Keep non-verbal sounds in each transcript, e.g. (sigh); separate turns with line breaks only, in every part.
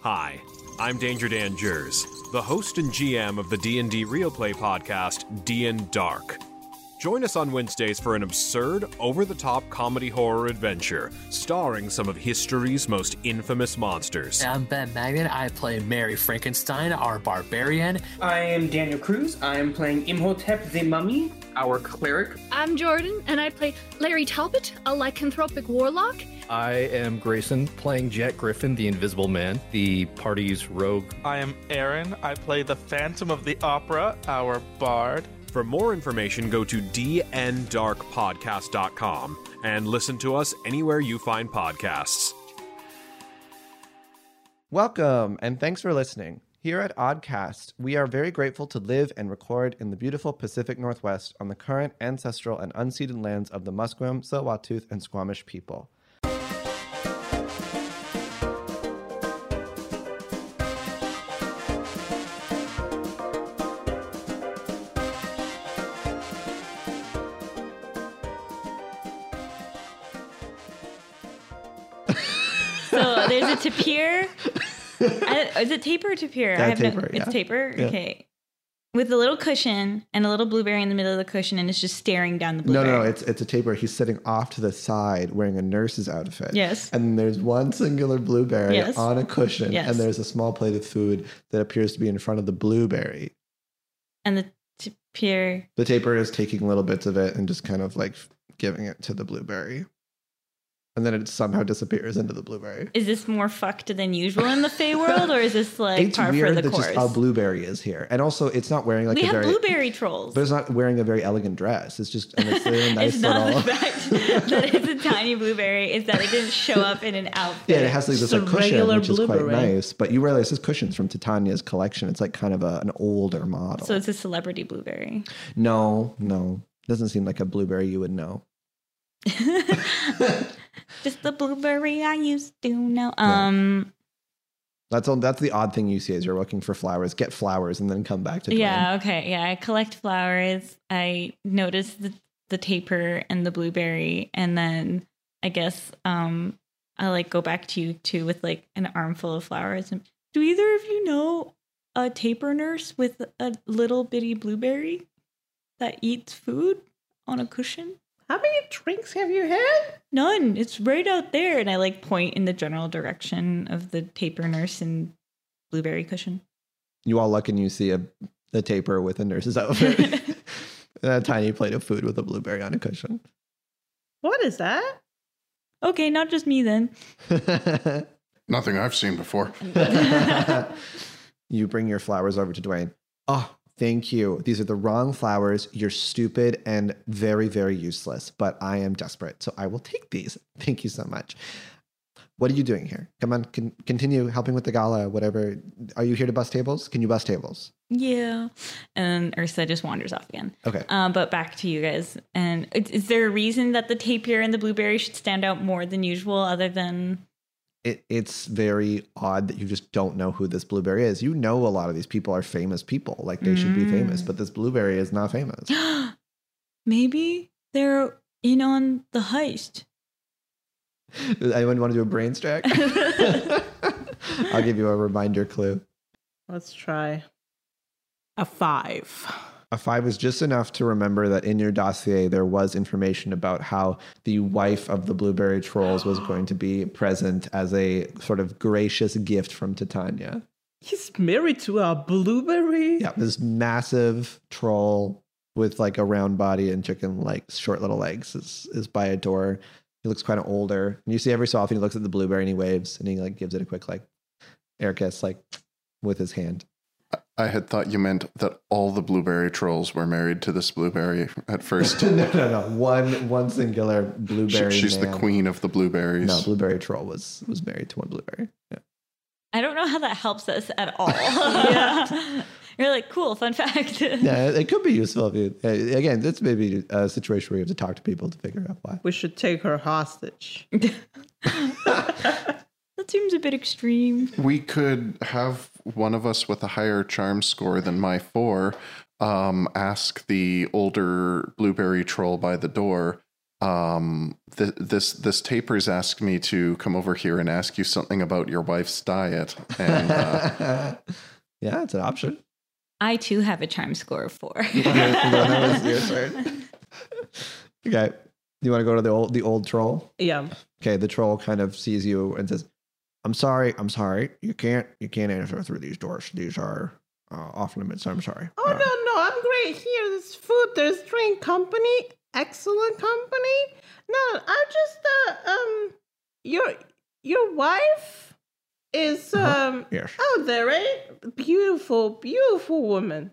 Hi, I'm Danger Dan Jers, the host and GM of the D&D Real Play podcast, D&D Dark. Join us on Wednesdays for an absurd, over-the-top comedy horror adventure starring some of history's most infamous monsters.
I'm Ben Magnan. I play Mary Frankenstein, our barbarian.
I am Daniel Cruz. I am playing Imhotep the Mummy.
our cleric.
I'm Jordan, and I play Larry Talbot, a lycanthropic warlock.
I am Grayson, playing Jack Griffin, the Invisible Man, the party's rogue.
I am Aaron. I play the Phantom of the Opera, our bard.
For more information, go to dndarkpodcast.com and listen to us anywhere you find podcasts.
Welcome, and thanks for listening. Here at Oddcast, we are very grateful to live and record in the beautiful Pacific Northwest on the current ancestral and unceded lands of the Musqueam, Tsleil-Waututh, and Squamish people.
So there's a tapir. I- is it taper or tapir?
Yeah,
I have no-
tapir, yeah.
It's taper.
Yeah.
Okay. With a little cushion and a little blueberry in the middle of the cushion, and it's just staring down the
No,
blueberry.
no, no, it's it's a taper. He's sitting off to the side wearing a nurse's outfit.
Yes.
And there's one singular blueberry
Yes.
on a cushion,
Yes.
and there's a small plate of food that appears to be in front of the blueberry.
and the tapir.
The taper is taking little bits of it and just kind of like giving it to the blueberry. And then it somehow disappears into the blueberry.
Is this more fucked than usual in the Fey world, or is this like
it's
par
weird
for the
that
course?
just how blueberry is here, and also it's not wearing like
we
a
have
very
blueberry trolls.
but it's not wearing a very elegant dress. It's just and it's a nice
(laughs) it's
little.
not the fact (laughs) that it's a tiny blueberry. It's that it didn't show up in an outfit.
(laughs) Yeah, it has like this
Just a
like cushion,
regular
which is quite
blueberry.
nice. But you realize this cushion's from Titania's collection. It's like kind of a, an older model.
so it's a
(laughs)
celebrity blueberry. (laughs)
no, no, doesn't seem like a blueberry you would know.
Just the blueberry I used to know. Um.
That's all. That's the odd thing you see as you're looking for flowers. Get flowers and then come back to. Dwayne.
Yeah, okay. Yeah, I collect flowers. I notice the, the taper and the blueberry and then I guess um I like go back to you too with like an armful of flowers and do either of you know a taper nurse with a little bitty blueberry that eats food on a cushion?
How many drinks have you had?
None. It's right out there and I like point in the general direction of the taper nurse and blueberry cushion.
You all look and you see a, a taper with a nurse's outfit.
(laughs)
(laughs) and a tiny plate of food with a blueberry on a cushion. (laughs)
What is that?
Okay, not just me then.
Nothing I've seen before.
(laughs) you bring your flowers over to Dwayne. Oh, thank you. These are the wrong flowers. You're stupid and very, very useless, but I am desperate. So I will take these. Thank you so much. What are you doing here? Come on, con- continue helping with the gala, whatever. Are you here to bus tables? Can you bus tables?
Yeah. And Ursa just wanders off again.
Okay.
Uh, but back to you guys. And is, is there a reason that the tapir and the blueberry should stand out more than usual, other than
it, it's very odd that you just don't know who this blueberry is. You know, a lot of these people are famous people, like they should be famous,
Mm.
but this blueberry is not famous.
maybe they're in on the heist?
Does anyone want to do a brains check? I'll give you a reminder clue.
Let's try a five.
A five is just enough to remember that in your dossier there was information about how the wife of the blueberry trolls was going to be present as a sort of gracious gift from Titania.
He's married to a blueberry.
Yeah, this massive troll with like a round body and chicken like short little legs is is by a door. He looks kind of older, and you see every so often he looks at the blueberry and he waves and he like gives it a quick like air kiss like with his hand.
I had thought you meant that all the blueberry trolls were married to this blueberry at first.
no, no, no. One one singular
She-
(laughs) blueberry.
she's the
man.
queen of the blueberries.
No, blueberry troll was was married to one blueberry. Yeah.
I don't know how that helps us
(laughs)
at all.
Yeah.
(laughs) You're like, cool, fun fact.
yeah, it could be useful if you. uh, Again, that's maybe a situation where you have to talk to people to figure out why.
We should take her hostage.
(laughs) That seems a bit extreme.
We could have one of us with a higher charm score than my four um, ask the older blueberry troll by the door, um, th- this this taper's asked me to come over here and ask you something about your wife's diet. And uh,
(laughs) yeah, it's an option.
I too have a charm score
(laughs)
of four. (laughs)
that was your turn. Okay. You want to go to the old the old troll?
Yeah.
Okay, the troll kind of sees you and says, "I'm sorry, I'm sorry. You can't you can't enter through these doors. These are uh, off limits. I'm sorry." Uh,
Oh no, no, I'm great here. There's food, there's drink, company, excellent company. No, I'm just uh um your your wife is um
Yes.
out there, right? Beautiful, beautiful woman.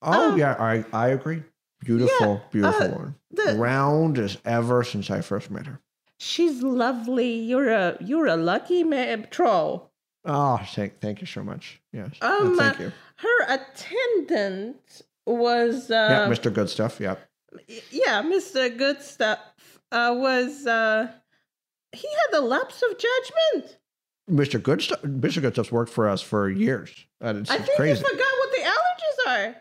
Oh
Uh,
yeah, I I agree. Beautiful, beautiful
uh,
woman.
the-
Round as ever since I first met her.
She's lovely. You're a you're a lucky man troll.
Oh, thank thank you so much. Yes. Uh,
Um,
thank you.
Her attendant was um
yeah, Mr. Good Stuff. Yeah.
yeah, Mr. Good stuff uh, was uh he had a lapse of judgment.
Mr. Good Stuff Mr. Good Stuff's worked for us for years. And it's,
I
it's
think
crazy.
you forgot what the allergies are.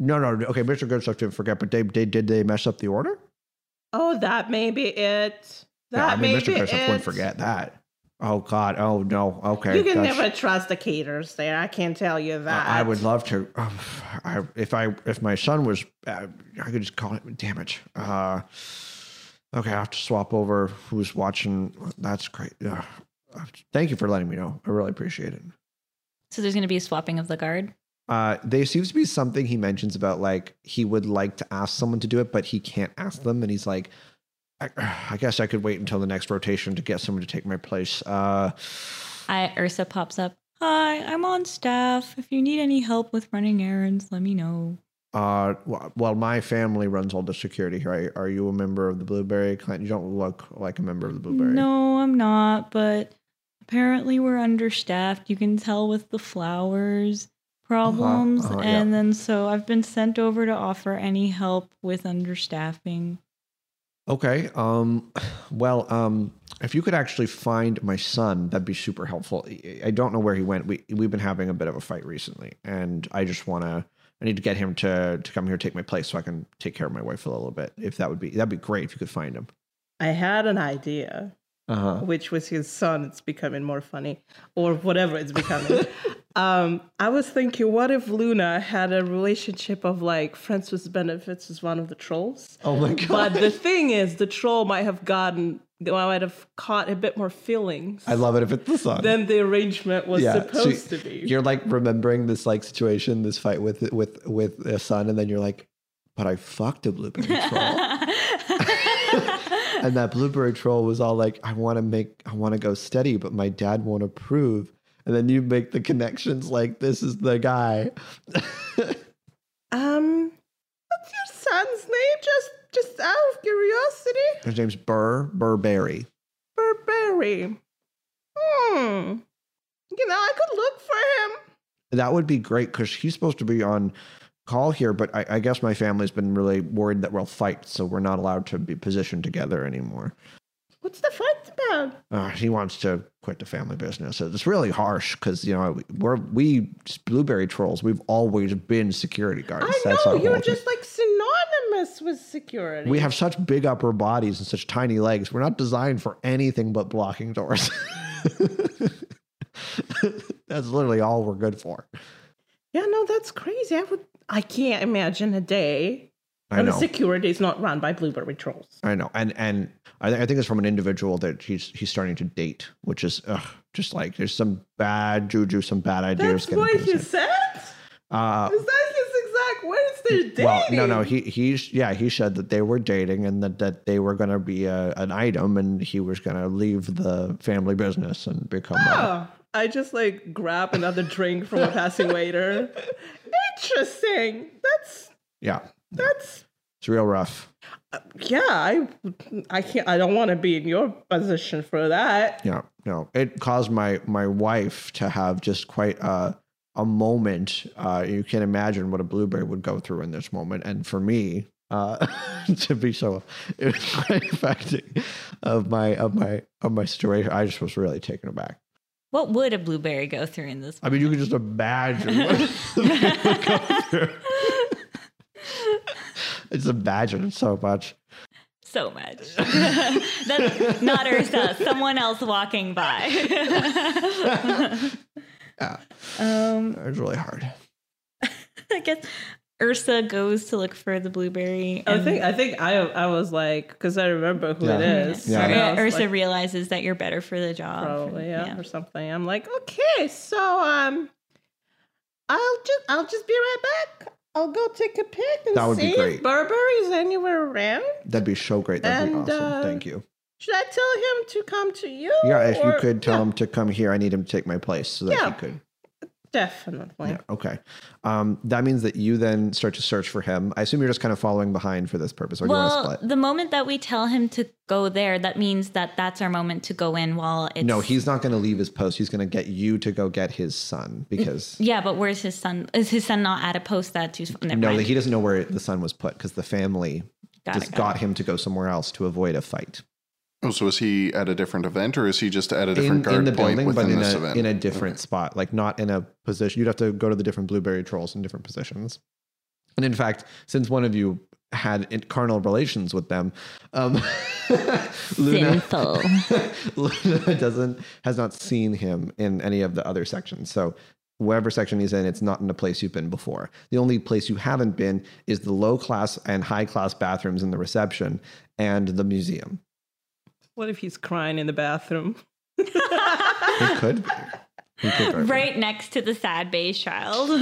No, no, no. okay, Mr. Good Stuff didn't forget, but they, they did they mess up the order?
Oh, that may be it. That
yeah, I mean
may
Mr.
be
Good Stuff
it.
wouldn't forget that. Oh god. Oh no. Okay.
You can
that's-
never trust the caterers there. I can tell you that.
I I would love to. Um, I, if I if my son was, uh, I could just call it. Damn it. Uh, okay, I have to swap over. Who's watching? That's great. Uh, thank you for letting me know. I really appreciate it.
so there's going to be a swapping of the guard.
Uh, there seems to be something he mentions about like he would like to ask someone to do it, but he can't ask them, and he's like, I, I guess I could wait until the next rotation to get someone to take my place. Uh,
I Ursa pops up. Hi, I'm on staff. If you need any help with running errands, let me know.
Uh, wh- well, my family runs all the security here. Are, are you a member of the Blueberry Clan? You don't look like a member of the Blueberry.
No, I'm not, but apparently we're understaffed. You can tell with the flowers problems.
uh-huh, yeah.
and then so I've been sent over to offer any help with understaffing.
Okay. Um, well, um, if you could actually find my son, that'd be super helpful. I- I don't know where he went. We we've been having a bit of a fight recently, and I just wanna. I need to get him to to come here, take my place, so I can take care of my wife a little bit. If that would be that'd be great if you could find him.
I had an idea,
Uh huh.
which was his son. It's becoming more funny, or whatever it's becoming. um, I was thinking, what if Luna had a relationship of like friends with benefits with one of the trolls?
Oh my god.
But the thing is, the troll might have (laughs) gotten, might have caught a bit more feelings
I love it if it's the son.
than the arrangement was
so
supposed to be.
You're like remembering this like situation, this fight with with with a son, and then you're like, but I fucked a blueberry troll. (laughs) and that blueberry troll was all like, I wanna make I wanna go steady, but my dad won't approve. And then you make the connections like this is the guy.
Um, what's your son's name? Just, just out of curiosity,
His name's Burr Burberry.
Burberry. Hmm. You know, I could look for him.
That would be great because he's supposed to be on call here, but I, I guess my family's been really worried that we'll fight, so we're not allowed to be positioned together anymore.
What's the fight about?
uh, he wants to quit the family business. So it's really harsh because you know we're we blueberry trolls. We've always been security guards.
I know
our
you're
whole thing.
just like synonymous with security.
We have such big upper bodies and such tiny legs. We're not designed for anything but blocking doors. (laughs) That's literally all we're good for.
yeah, no, that's crazy. I would, I can't imagine a day.
I
when
know.
the security is not run by blueberry trolls.
I know, and and I, th- I think it's from an individual that he's he's starting to date, which is ugh, just like there's some bad juju, some bad
That's
ideas. getting
what
put
you
aside.
said.
Uh,
Is that his exact words? They're dating.
Well, no, no. He he's yeah. He said that they were dating and that that they were going to be a, an item, and he was going to leave the family business and become. a-
Oh, I just like grab another drink from a passing waiter. Interesting. That's
yeah,
that's
it's real rough.
yeah. I I can't. I don't want to be in your position for that.
Yeah, no. It caused my my wife to have just quite a a moment. Uh, you can imagine what a blueberry would go through in this moment, and for me. Uh, (laughs) to be so, (laughs) it was quite affecting of my of my of my situation. I just was really taken aback.
(laughs) What would a blueberry go through in this?
I mean, you can just
(laughs)
imagine what people go through. I just imagine so much.
so much. (laughs) That's not Ursa, someone else walking
(laughs)
by.
Yeah,
um,
it's really hard.
I guess Ursa goes to look for the blueberry.
Oh, I
and-
think I think I I was like because I remember who it
Yeah.
is.
Yeah.
and I
Ur-
was
Ursa
like,
realizes that you're better for the job.
probably yeah, or something. I'm like, okay, so um, I'll just I'll just be right back. I'll go take a peek and
That would be
see
great.
if Burberry's anywhere around.
That'd be so great. That'd
And,
be awesome.
uh,
Thank you.
Should I tell him to come to you?
Yeah, if you
or-
could tell
Yeah,
him to come here, I need him to take my place so that
Yeah.
he could.
definitely.
Yeah, okay. Um, that means that you then start to search for him. I assume you're just kind of following behind for this purpose, or you want to
Well,
split?
the moment that we tell him to go there, that means that that's our moment to go in while it's.
No, he's not going to leave his post. He's going to get you to go get his son because
Yeah, but where's his son? Is his son not at a post that too? Never
no,
mind.
he doesn't know where the son was put because the family
Got it,
just
got it.
got him to go somewhere else to avoid a fight
Oh, so is he at a different event, or is he just at a
in,
different guard
in the
point
building, but
within
in
this
a,
event?
in a different spot, like not in a position. You'd have to go to the different blueberry trolls in different positions. And in fact, since one of you had in- carnal relations with them, um, (laughs) Luna,
Sinful.
(laughs) Luna doesn't has not seen him in any of the other sections. So wherever section he's in, it's not in a place you've been before. The only place you haven't been is the low class and high class bathrooms in the reception and the museum.
What if he's crying in the bathroom?
It could be. It could very well.
right next to the sad beige
(laughs)
child.
No,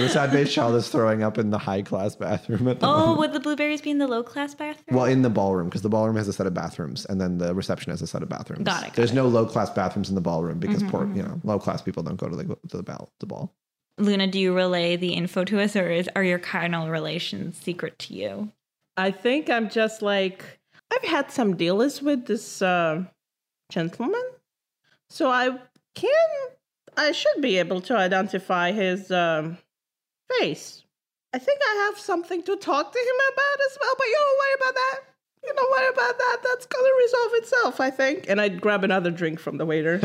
the sad faced child is throwing up in the high class bathroom at the
oh,
moment.
would the blueberries be in the low class bathroom?
Well, in the ballroom, because the ballroom has a set of bathrooms, and then the reception has a set of bathrooms.
Got it, got
There's
it. Mm-hmm,
no low class bathrooms in the ballroall because poor, you know, low class people don't go to the to the ball the ball. (laughs)
Luna, do you relay the info to us, or is are your carnal relations secret to you?
I think I'm just like I've had some dealings with this uh, gentleman, so I can I should be able to identify his um, face. I think I have something to talk to him about as well, but you don't worry about that. You don't worry about that. That's gonna resolve itself, I think. And I'd grab another drink from the waiter.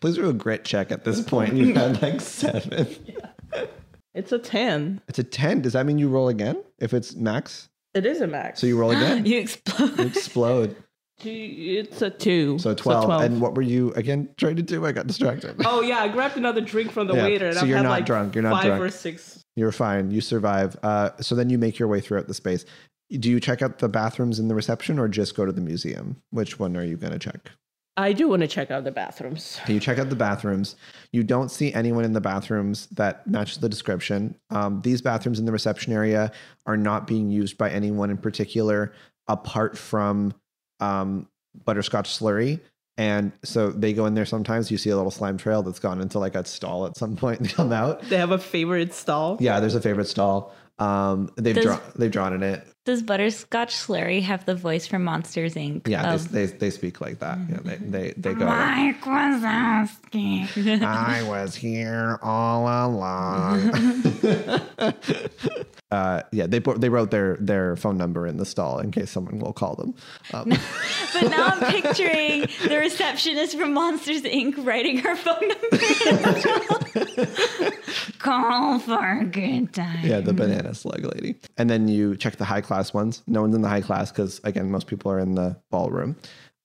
Please do a grit check at this point. You've
(laughs)
had like seven.
it's a ten.
It's a ten. Does that mean you roll again if it's max?
It is a max.
So you roll again.
(laughs) You explode.
Explode.
it's a two.
(laughs)
So 12. And what were you again trying to do? I got distracted.
Oh yeah, I grabbed another drink from the
Yeah,
waiter. And
so
I've
you're
had
not
like
drunk, you're not
five
drunk.
or six.
You're fine. You survive. Uh, so then you make your way throughout the space. Do you check out the bathrooms in the reception or just go to the museum? Which one are you going to check?
I do want to check out the bathrooms.
You check out the bathrooms. You don't see anyone in the bathrooms that matches the description. Um, these bathrooms in the reception area are not being used by anyone in particular, apart from um, Butterscotch Slurry. And so they go in there sometimes. You see a little slime trail that's gone into like a stall at some point. They come out.
They have a favorite stall.
Yeah, there's a favorite stall. Um, they've
Does-
drawn they've drawn in it.
Does Butterscotch Slurry have the voice from Monsters Inc?
Yeah,
of,
they, they they speak like that. Yeah, they they they go.
Mike
(laughs)
Wazowski.
I was here all along. (laughs) uh, yeah, they put- they wrote their their phone number in the stall in case someone will call them. Um,
But now I'm picturing the receptionist from Monsters Inc. writing her phone
(laughs)
number. Call for a good time.
yeah, the banana slug lady. And then you check the high class ones. No one's in the high class because again, most people are in the ballroom.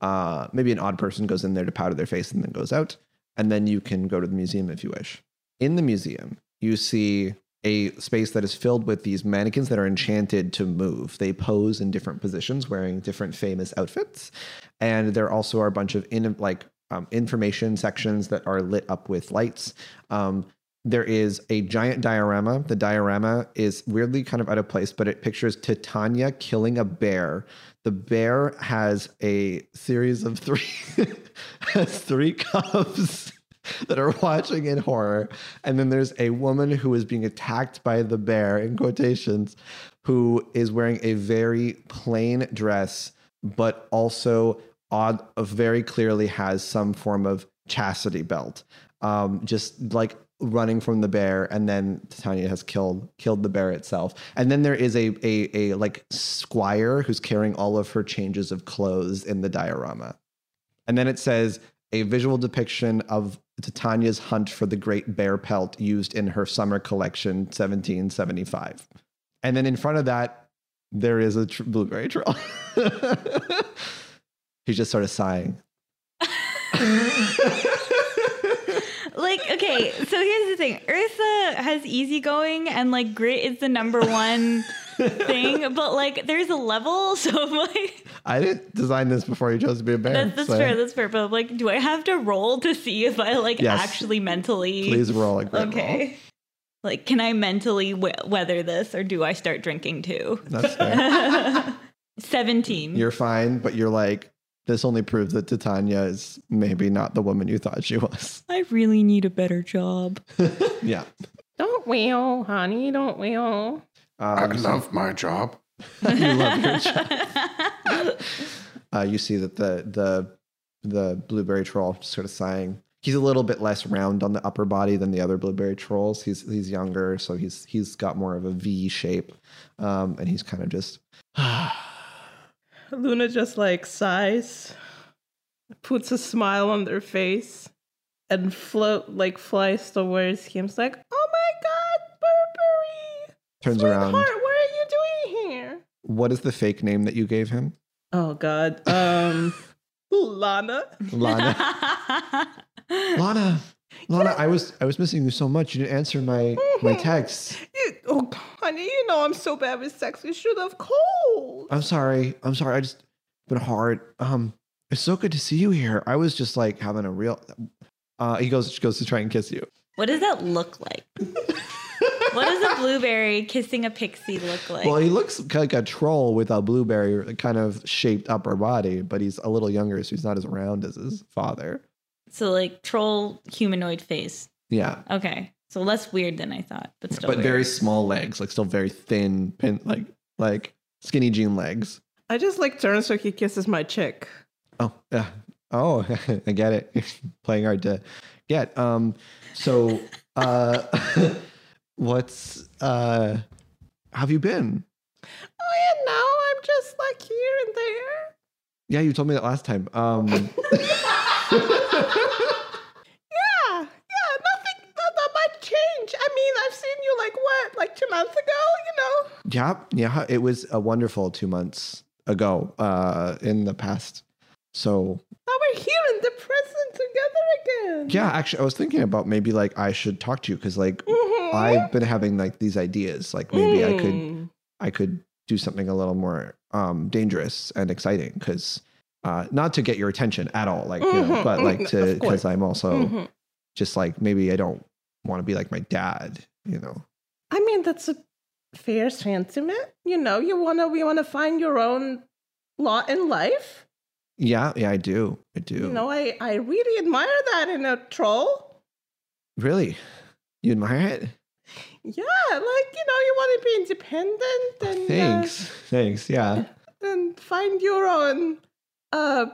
Uh, maybe an odd person goes in there to powder their face and then goes out. And then you can go to the museum if you wish. In the museum, you see a space that is filled with these mannequins that are enchanted to move. They pose in different positions, wearing different famous outfits. And there also are a bunch of in, like um, information sections that are lit up with lights. Um, there is a giant diorama. The diorama is weirdly kind of out of place, but it pictures Titania killing a bear. The bear has a series of three (laughs) has three cubs that are watching in horror. And then there's a woman who is being attacked by the bear in quotations, who is wearing a very plain dress, but also odd very clearly has some form of chastity belt. Um, just like running from the bear and then Titania has killed killed the bear itself. And then there is a a a like squire who's carrying all of her changes of clothes in the diorama. And then it says a visual depiction of Titania's hunt for the great bear pelt used in her summer collection 1775. And then in front of that There is a tr- blueberry troll. (laughs) He's just sort of sighing.
like okay so here's the thing ursa has easygoing and like grit is the number
(laughs)
one thing but like there's a level (laughs) so like
I didn't design this before you chose to be a bear.
that's, that's
so
fair that's fair but like do i have to roll to see if i like
Yes.
actually mentally
Please roll a grit roll.
okay like can i mentally we- weather this or do i start drinking too
That's
(laughs)
fair.
17
You're fine, but you're like, this only proves that Titania is maybe not the woman you thought she was.
i really need a better job
Yeah.
Don't we all, honey? Don't we all?
Um,
I
so-
love my job.
you love your
(laughs)
job. (laughs) Uh, you see that the the the blueberry troll just sort of sighing. He's a little bit less round on the upper body than the other blueberry trolls. He's he's younger, so he's he's got more of a V shape, um, and he's kind of just
Luna just like sighs, puts a smile on their face, and float like flies towards him. It's like, oh my god, Burberry!
turns
Heart,
around.
what are you doing here?
What is the fake name that you gave him,
Oh god. Um Lana.
(laughs) Lana?
(laughs)
Lana, Lana, I was I was missing you so much. You didn't answer my my texts.
You, oh honey, you know I'm so bad with sex. We should have called.
I'm sorry. I'm sorry. I just it's been hard. Um, it's so good to see you here. I was just like having a real. Uh, he goes she goes to try and kiss you.
What does that look like? what does a blueberry kissing a pixie look like?
Well, he looks like a troll with a blueberry kind of shaped upper body, but he's a little younger, so he's not as round as his father.
so like troll humanoid face.
Yeah,
Okay. So less weird than I thought, but still.
but
weird.
very small legs, like still very thin, pin, like like skinny jean legs.
I just like turn so he kisses my chick.
Oh, yeah. Oh, (laughs) I get it. You're playing hard to get. Um, so uh, (laughs) what's uh, have you been?
Oh yeah, now I'm just like here and there.
Yeah, you told me that last time. Um,
(laughs) Yeah, yeah, nothing not that much change. I mean, I've seen you like what, like two months ago, you know?
Yeah, yeah, it was a wonderful two months ago uh, in the past. So
Now we're here in the present together again.
yeah, actually, I was thinking about maybe like I should talk to you because like I've been having like these ideas, like
Mm-hmm.
maybe I
Hmm.
could I could do something a little more um, dangerous and exciting because uh, not to get your attention at all, like you know,
Mhm,
but like
mhm,
to
of course.
because I'm also
Mhm.
just like maybe I don't want to be like my dad, you know.
I mean, that's a fair sentiment. You know, you wanna we wanna find your own lot in life.
Yeah, yeah, I do, I do.
You know, I I really admire that in a troll.
Really, you admire it?
Yeah, like you know, you want to be independent and uh,
Thanks, thanks. Yeah.
and find your own uh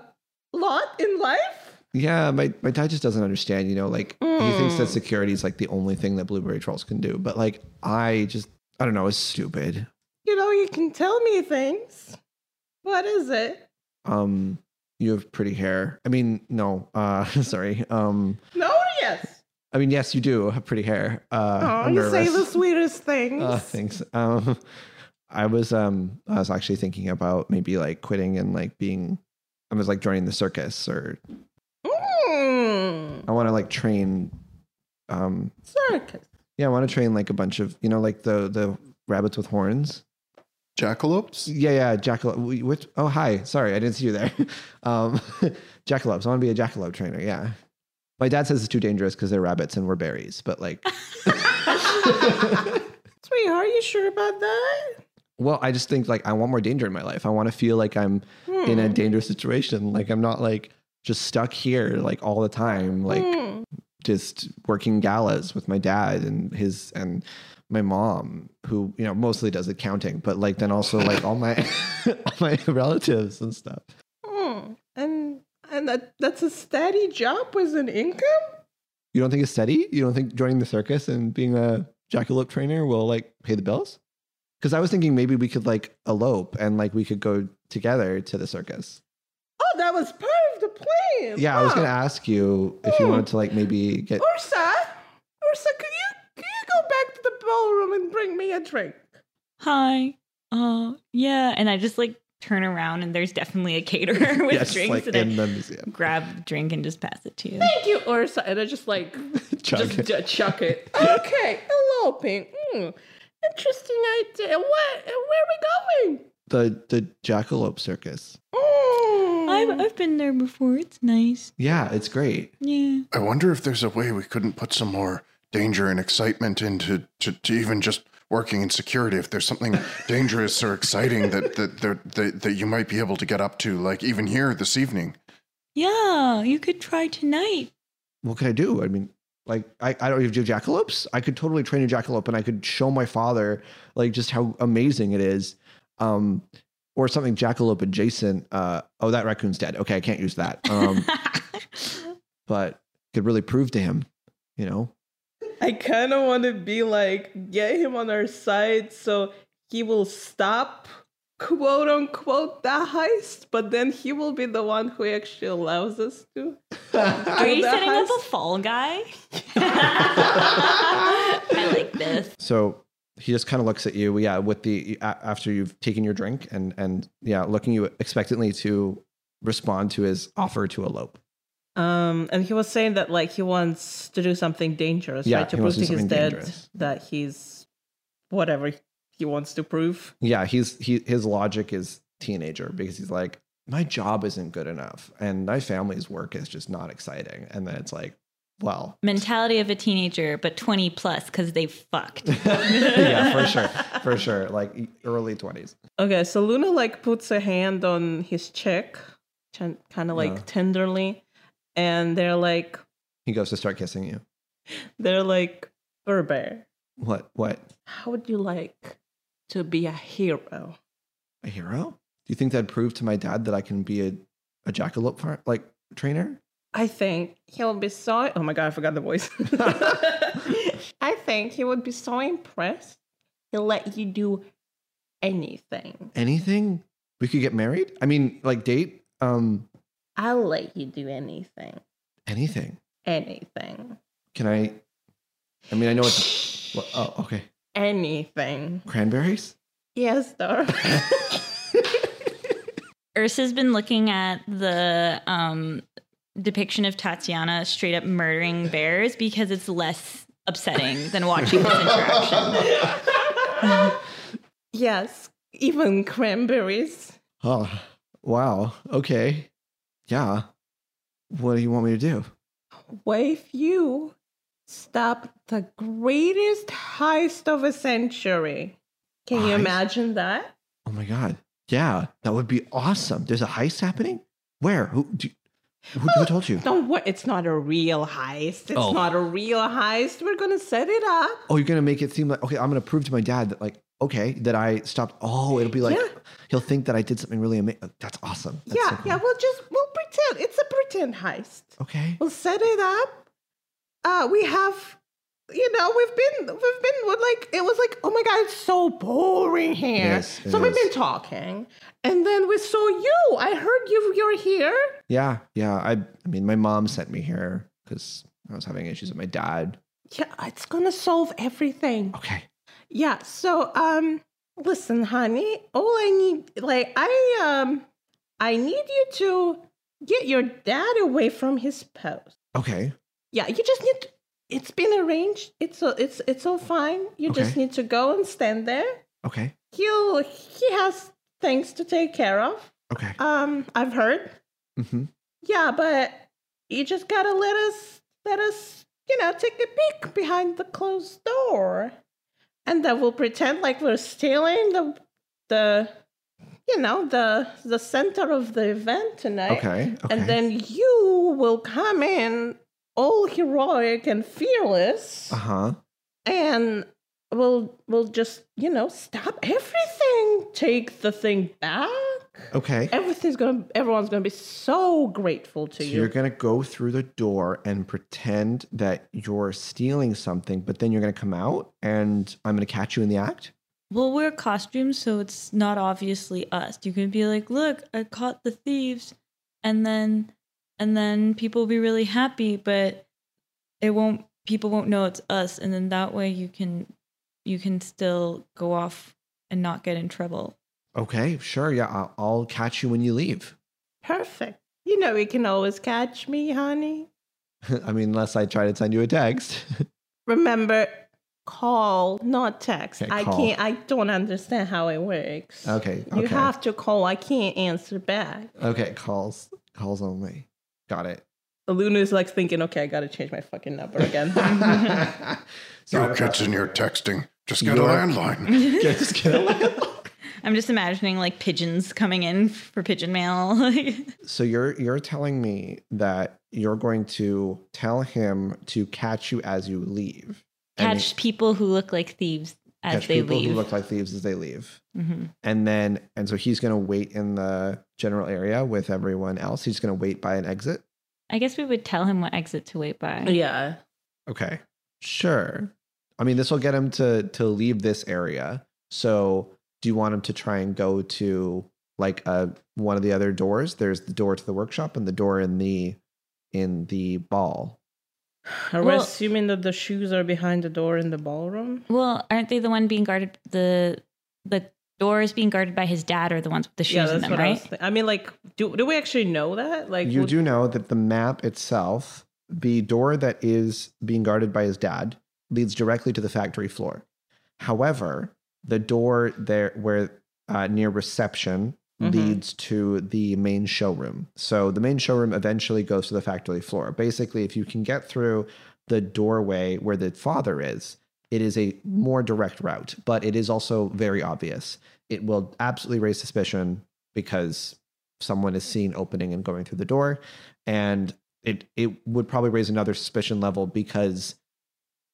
lot in life.
Yeah, my, my dad just doesn't understand, you know, like he thinks that
Mm.
security is like the only thing that blueberry trolls can do. But like I just I don't know, it's stupid.
You know, you can tell me things. What is it?
Um you have pretty hair. I mean, no, uh (laughs) sorry. Um
No, or yes.
I mean yes you do have pretty hair. Uh
oh,
I'm
you say the
(laughs) nervous.
sweetest things.
Uh, thanks. Um I was um I was actually thinking about maybe like quitting and like being I was like joining the circus or
Mm.
I wanna like train um (laughs)
Circus.
yeah, I wanna train like a bunch of you know, like the the rabbits with horns.
Jackalopes?
Yeah, yeah, jackalope. we- Which, oh, hi. Sorry, I didn't see you there. (laughs) Um, jackalopes. I want to be a jackalope trainer. Yeah. My dad says it's too dangerous because they're rabbits and we're berries, but like,
Sweetheart, you sure about that?
well, I just think like I want more danger in my life. I want to feel like I'm
Hmm.
in a dangerous situation. Like I'm not like just stuck here like all the time, like
Mm.
just working galas with my dad and his and my mom, who you know mostly does accounting, but like then also like all my (laughs) all my relatives and stuff.
Mm. And and that that's a steady job with an income?
You don't think it's steady? You don't think joining the circus and being a jackalope trainer will like pay the bills? Because I was thinking maybe we could like elope and like we could go together to the circus.
Oh, that was part of the plan.
Yeah, I was
huh?
gonna ask you if you wanted to like maybe get.
Ursa, Ursa, could you could you go back to the ballroom and bring me a drink?
Hi, oh yeah, and I just like turn around and there's definitely a caterer (laughs) with
Yeah, just,
drinks
like,
and I
in the museum.
(laughs) grab the drink and just pass it to you.
Thank you, Ursa. And I just like
Chuck
just
it.
d- chuck it. (laughs) Okay, eloping. Mm, interesting idea. What? Where are we going?
The the jackalope circus.
Mm.
I've I've been there before. It's nice.
Yeah, it's great.
Yeah.
I wonder if there's a way we couldn't put some more danger and excitement into to, to even just working in security. If there's (laughs) something dangerous or exciting that that, that that that you might be able to get up to, like even here this evening.
Yeah, you could try tonight.
What can I do? I mean, like I, I don't even do jackalopes. I could totally train a jackalope and I could show my father like just how amazing it is. Um or something jackalope adjacent. Uh oh that raccoon's dead. Okay, I can't use that.
(laughs)
Um but could really prove to him, you know.
I kind of want to be like, get him on our side so he will stop, quote unquote, that heist, but then he will be the one who actually allows us to.
Are you
the
setting up a
heist.
fall guy?
(laughs)
I like this.
So he just kind of looks at you, yeah, with the a- after you've taken your drink and and yeah, looking you expectantly to respond to his offer to elope.
Um, and he was saying that like he wants to do something dangerous,
Yeah,
right? To
he wants
prove
to
to
do
his
something
dad
dangerous.
that he's whatever he wants to prove.
Yeah, he's he his logic is teenager because he's like, my job isn't good enough, and my family's work is just not exciting. And then it's like, well, (laughs)
Mentality of a teenager, but 20 plus because they
(laughs)
fucked.
yeah, for sure, for sure, like e- early twenties.
Okay, so Luna like puts a hand on his cheek, kind of like
Yeah.
tenderly, and they're like
He goes to start kissing you.
they're like Fur Bear.
What? What?
How would you like to be a hero?
A hero? Do you think that'd prove to my dad that I can be a a jackalope far- like trainer?
I think he'll be so. Oh my god, I forgot the voice. I think he would be so impressed. He'll let you do anything.
anything we could get married i mean like date um
I'll let you do anything.
anything
Anything.
can i i mean i know it's well, oh okay
Anything.
cranberries
Yes, Dar.
Ursa's been looking at the um, depiction of Tatiana straight up murdering bears because it's less upsetting than watching this interaction.
(laughs) yes, even cranberries.
oh wow okay yeah what do you want me to do
What if you stop the greatest heist of a century? Can you
Heist?
imagine that?
oh my god yeah that would be awesome there's a heist happening where who do who, who told
(gasps)
you
Don't worry, it's not a real heist. It's
Oh.
not a real heist. We're gonna set it up.
oh you're gonna make it seem like okay i'm gonna prove to my dad that like okay that i stopped oh it'll be like
Yeah.
he'll think that i did something really amazing that's awesome That's
yeah,
so cool.
yeah. We'll just we'll pretend it's a pretend heist.
okay
We'll set it up. Uh, we have, you know, we've been we've been with like it was like oh my god, it's so boring here.
Yes, it
so we've
is.
been talking, and then we saw you. I heard you. You're here.
Yeah, yeah. I, I mean, my mom sent me here because I was having issues with my dad.
Yeah, it's gonna solve everything.
Okay.
Yeah. So, um, listen, honey. All I need, like, I um, I need you to get your dad away from his post.
Okay.
Yeah, you just need. To, it's been arranged. It's all. It's it's all fine. You just
Okay.
need to go and stand there.
Okay.
He'll he has things to take care of.
Okay.
Um, I've heard.
hmm
Yeah, but you just gotta let us let us, you know, take a peek behind the closed door. And then we'll pretend like we're stealing the the you know, the the center of the event tonight.
Okay. Okay.
And then you will come in all heroic and fearless
Uh huh.
and we'll we'll just, you know, stop everything, take the thing back.
Okay.
Everything's gonna everyone's gonna be so grateful to
So
you.
you're gonna go through the door and pretend that you're stealing something, but then you're gonna come out, and I'm gonna catch you in the act.
We'll wear costumes so it's not obviously us. You can be like, look, I caught the thieves, and then and then people will be really happy, but it won't people won't know it's us, and then that way you can you can still go off and not get in trouble.
Okay, sure. Yeah, I'll, I'll catch you when you leave. (laughs)
Perfect. You know you can always catch me, honey.
I mean, unless I try to send you a text. (laughs)
Remember, call, not text.
Okay,
I
call.
can't. I don't understand how it works.
okay.
You
okay.
have to call. I can't answer back.
Okay, calls. Calls only. Got it. (laughs)
Luna's like thinking, okay, I gotta change my fucking number again.
(laughs) Sorry
you
about
kids
that.
and your texting. Just get
You're-
a landline.
(laughs) Just kidding.
I'm just imagining like pigeons coming in for pigeon mail. (laughs)
so you're you're telling me that you're going to tell him to catch you as you leave. And
catch people who look like thieves as
catch
they
people
leave.
who look like thieves as they leave.
hmm
And then and so he's gonna wait in the general area with everyone else. He's gonna wait by an exit.
I guess we would tell him what exit to wait by.
yeah.
Okay. Sure. I mean, this will get him to to leave this area. So, do you want him to try and go to like a one of the other doors? There's the door to the workshop and the door in the in the ball.
Are we
Well-
assuming that the shoes are behind the door in the ballroom?
Well, aren't they the one being guarded? The the door is being guarded by his dad, or the ones with the shoes
yeah, that's
in them,
what I was.
right?
Th- I mean, like, do do we actually know that? Like,
you
would-
do know that the map itself, the door that is being guarded by his dad, leads directly to the factory floor. However, the door there where uh, near reception
Mhm.
leads to the main showroom. So the main showroom eventually goes to the factory floor. Basically, if you can get through the doorway where the father is, it is a more direct route, but it is also very obvious. It will absolutely raise suspicion because someone is seen opening and going through the door and it it would probably raise another suspicion level because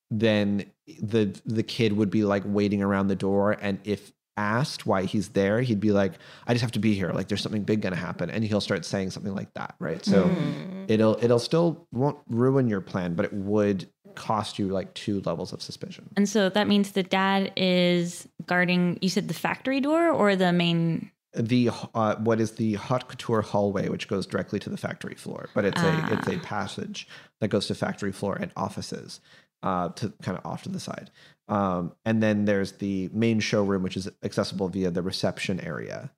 then the the kid would be like waiting around the door and if asked why he's there he'd be like i just have to be here like there's something big gonna happen and he'll start saying something like that right so
Hmm.
it'll it'll still won't ruin your plan but it would cost you like two levels of suspicion
And so that means the dad is guarding. You said the factory door or the main.
the uh, what is the haute couture hallway, which goes directly to the factory floor, but it's a it's a passage that goes to factory floor and offices, uh, to kind of off to the side. Um, and then there's the main showroom, which is accessible via the reception area.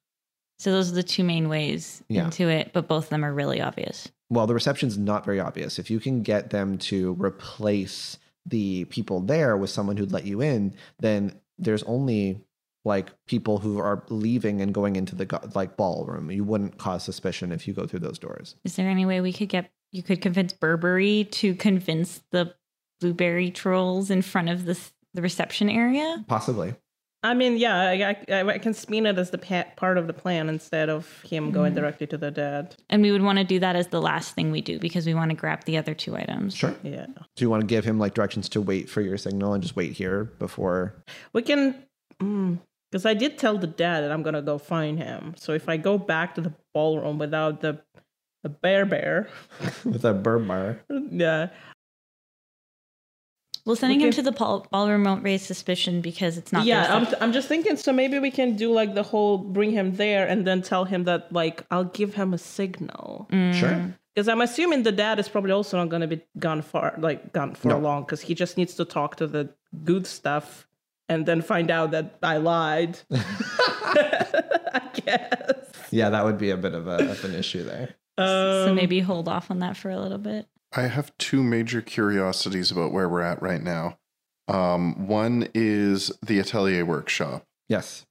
So those are the two main ways
Yeah.
into it, but both of them are really obvious.
Well, the reception's not very obvious. If you can get them to replace the people there with someone who'd let you in, then there's only like people who are leaving and going into the go- like ballroom. You wouldn't cause suspicion if you go through those doors.
Is there any way we could get you could convince Burberry to convince the blueberry trolls in front of this the reception area?
Possibly.
I mean, yeah, I, I, I can spin it as the pa- part of the plan instead of him going
Mhm.
directly to the dad.
And we would want to do that as the last thing we do because we want to grab the other two items.
Sure.
Yeah,
Do you want to give him like directions to wait for your signal and just wait here before? (laughs)
we can. Because I did tell the dad that I'm gonna go find him. So if I go back to the ballroom without the the bear bear, (laughs)
With a bird bar.
yeah,
Well, sending him
Okay.
to the ball- ballroom won't raise suspicion because it's not.
yeah
their
I'm,
stuff.
I'm just thinking so maybe we can do like the whole bring him there and then tell him that like i'll give him a signal
Mm.
Sure.
because i'm assuming the dad is probably also not going to be gone far like gone for
No.
long because he just needs to talk to the good stuff and then find out that i lied
(laughs)
(laughs) i guess
Yeah, that would be a bit of, a, of an issue there.
so
Um,
maybe hold off on that for a little bit.
I have two major curiosities about where we're at right now. Um, one is the atelier workshop.
Yes.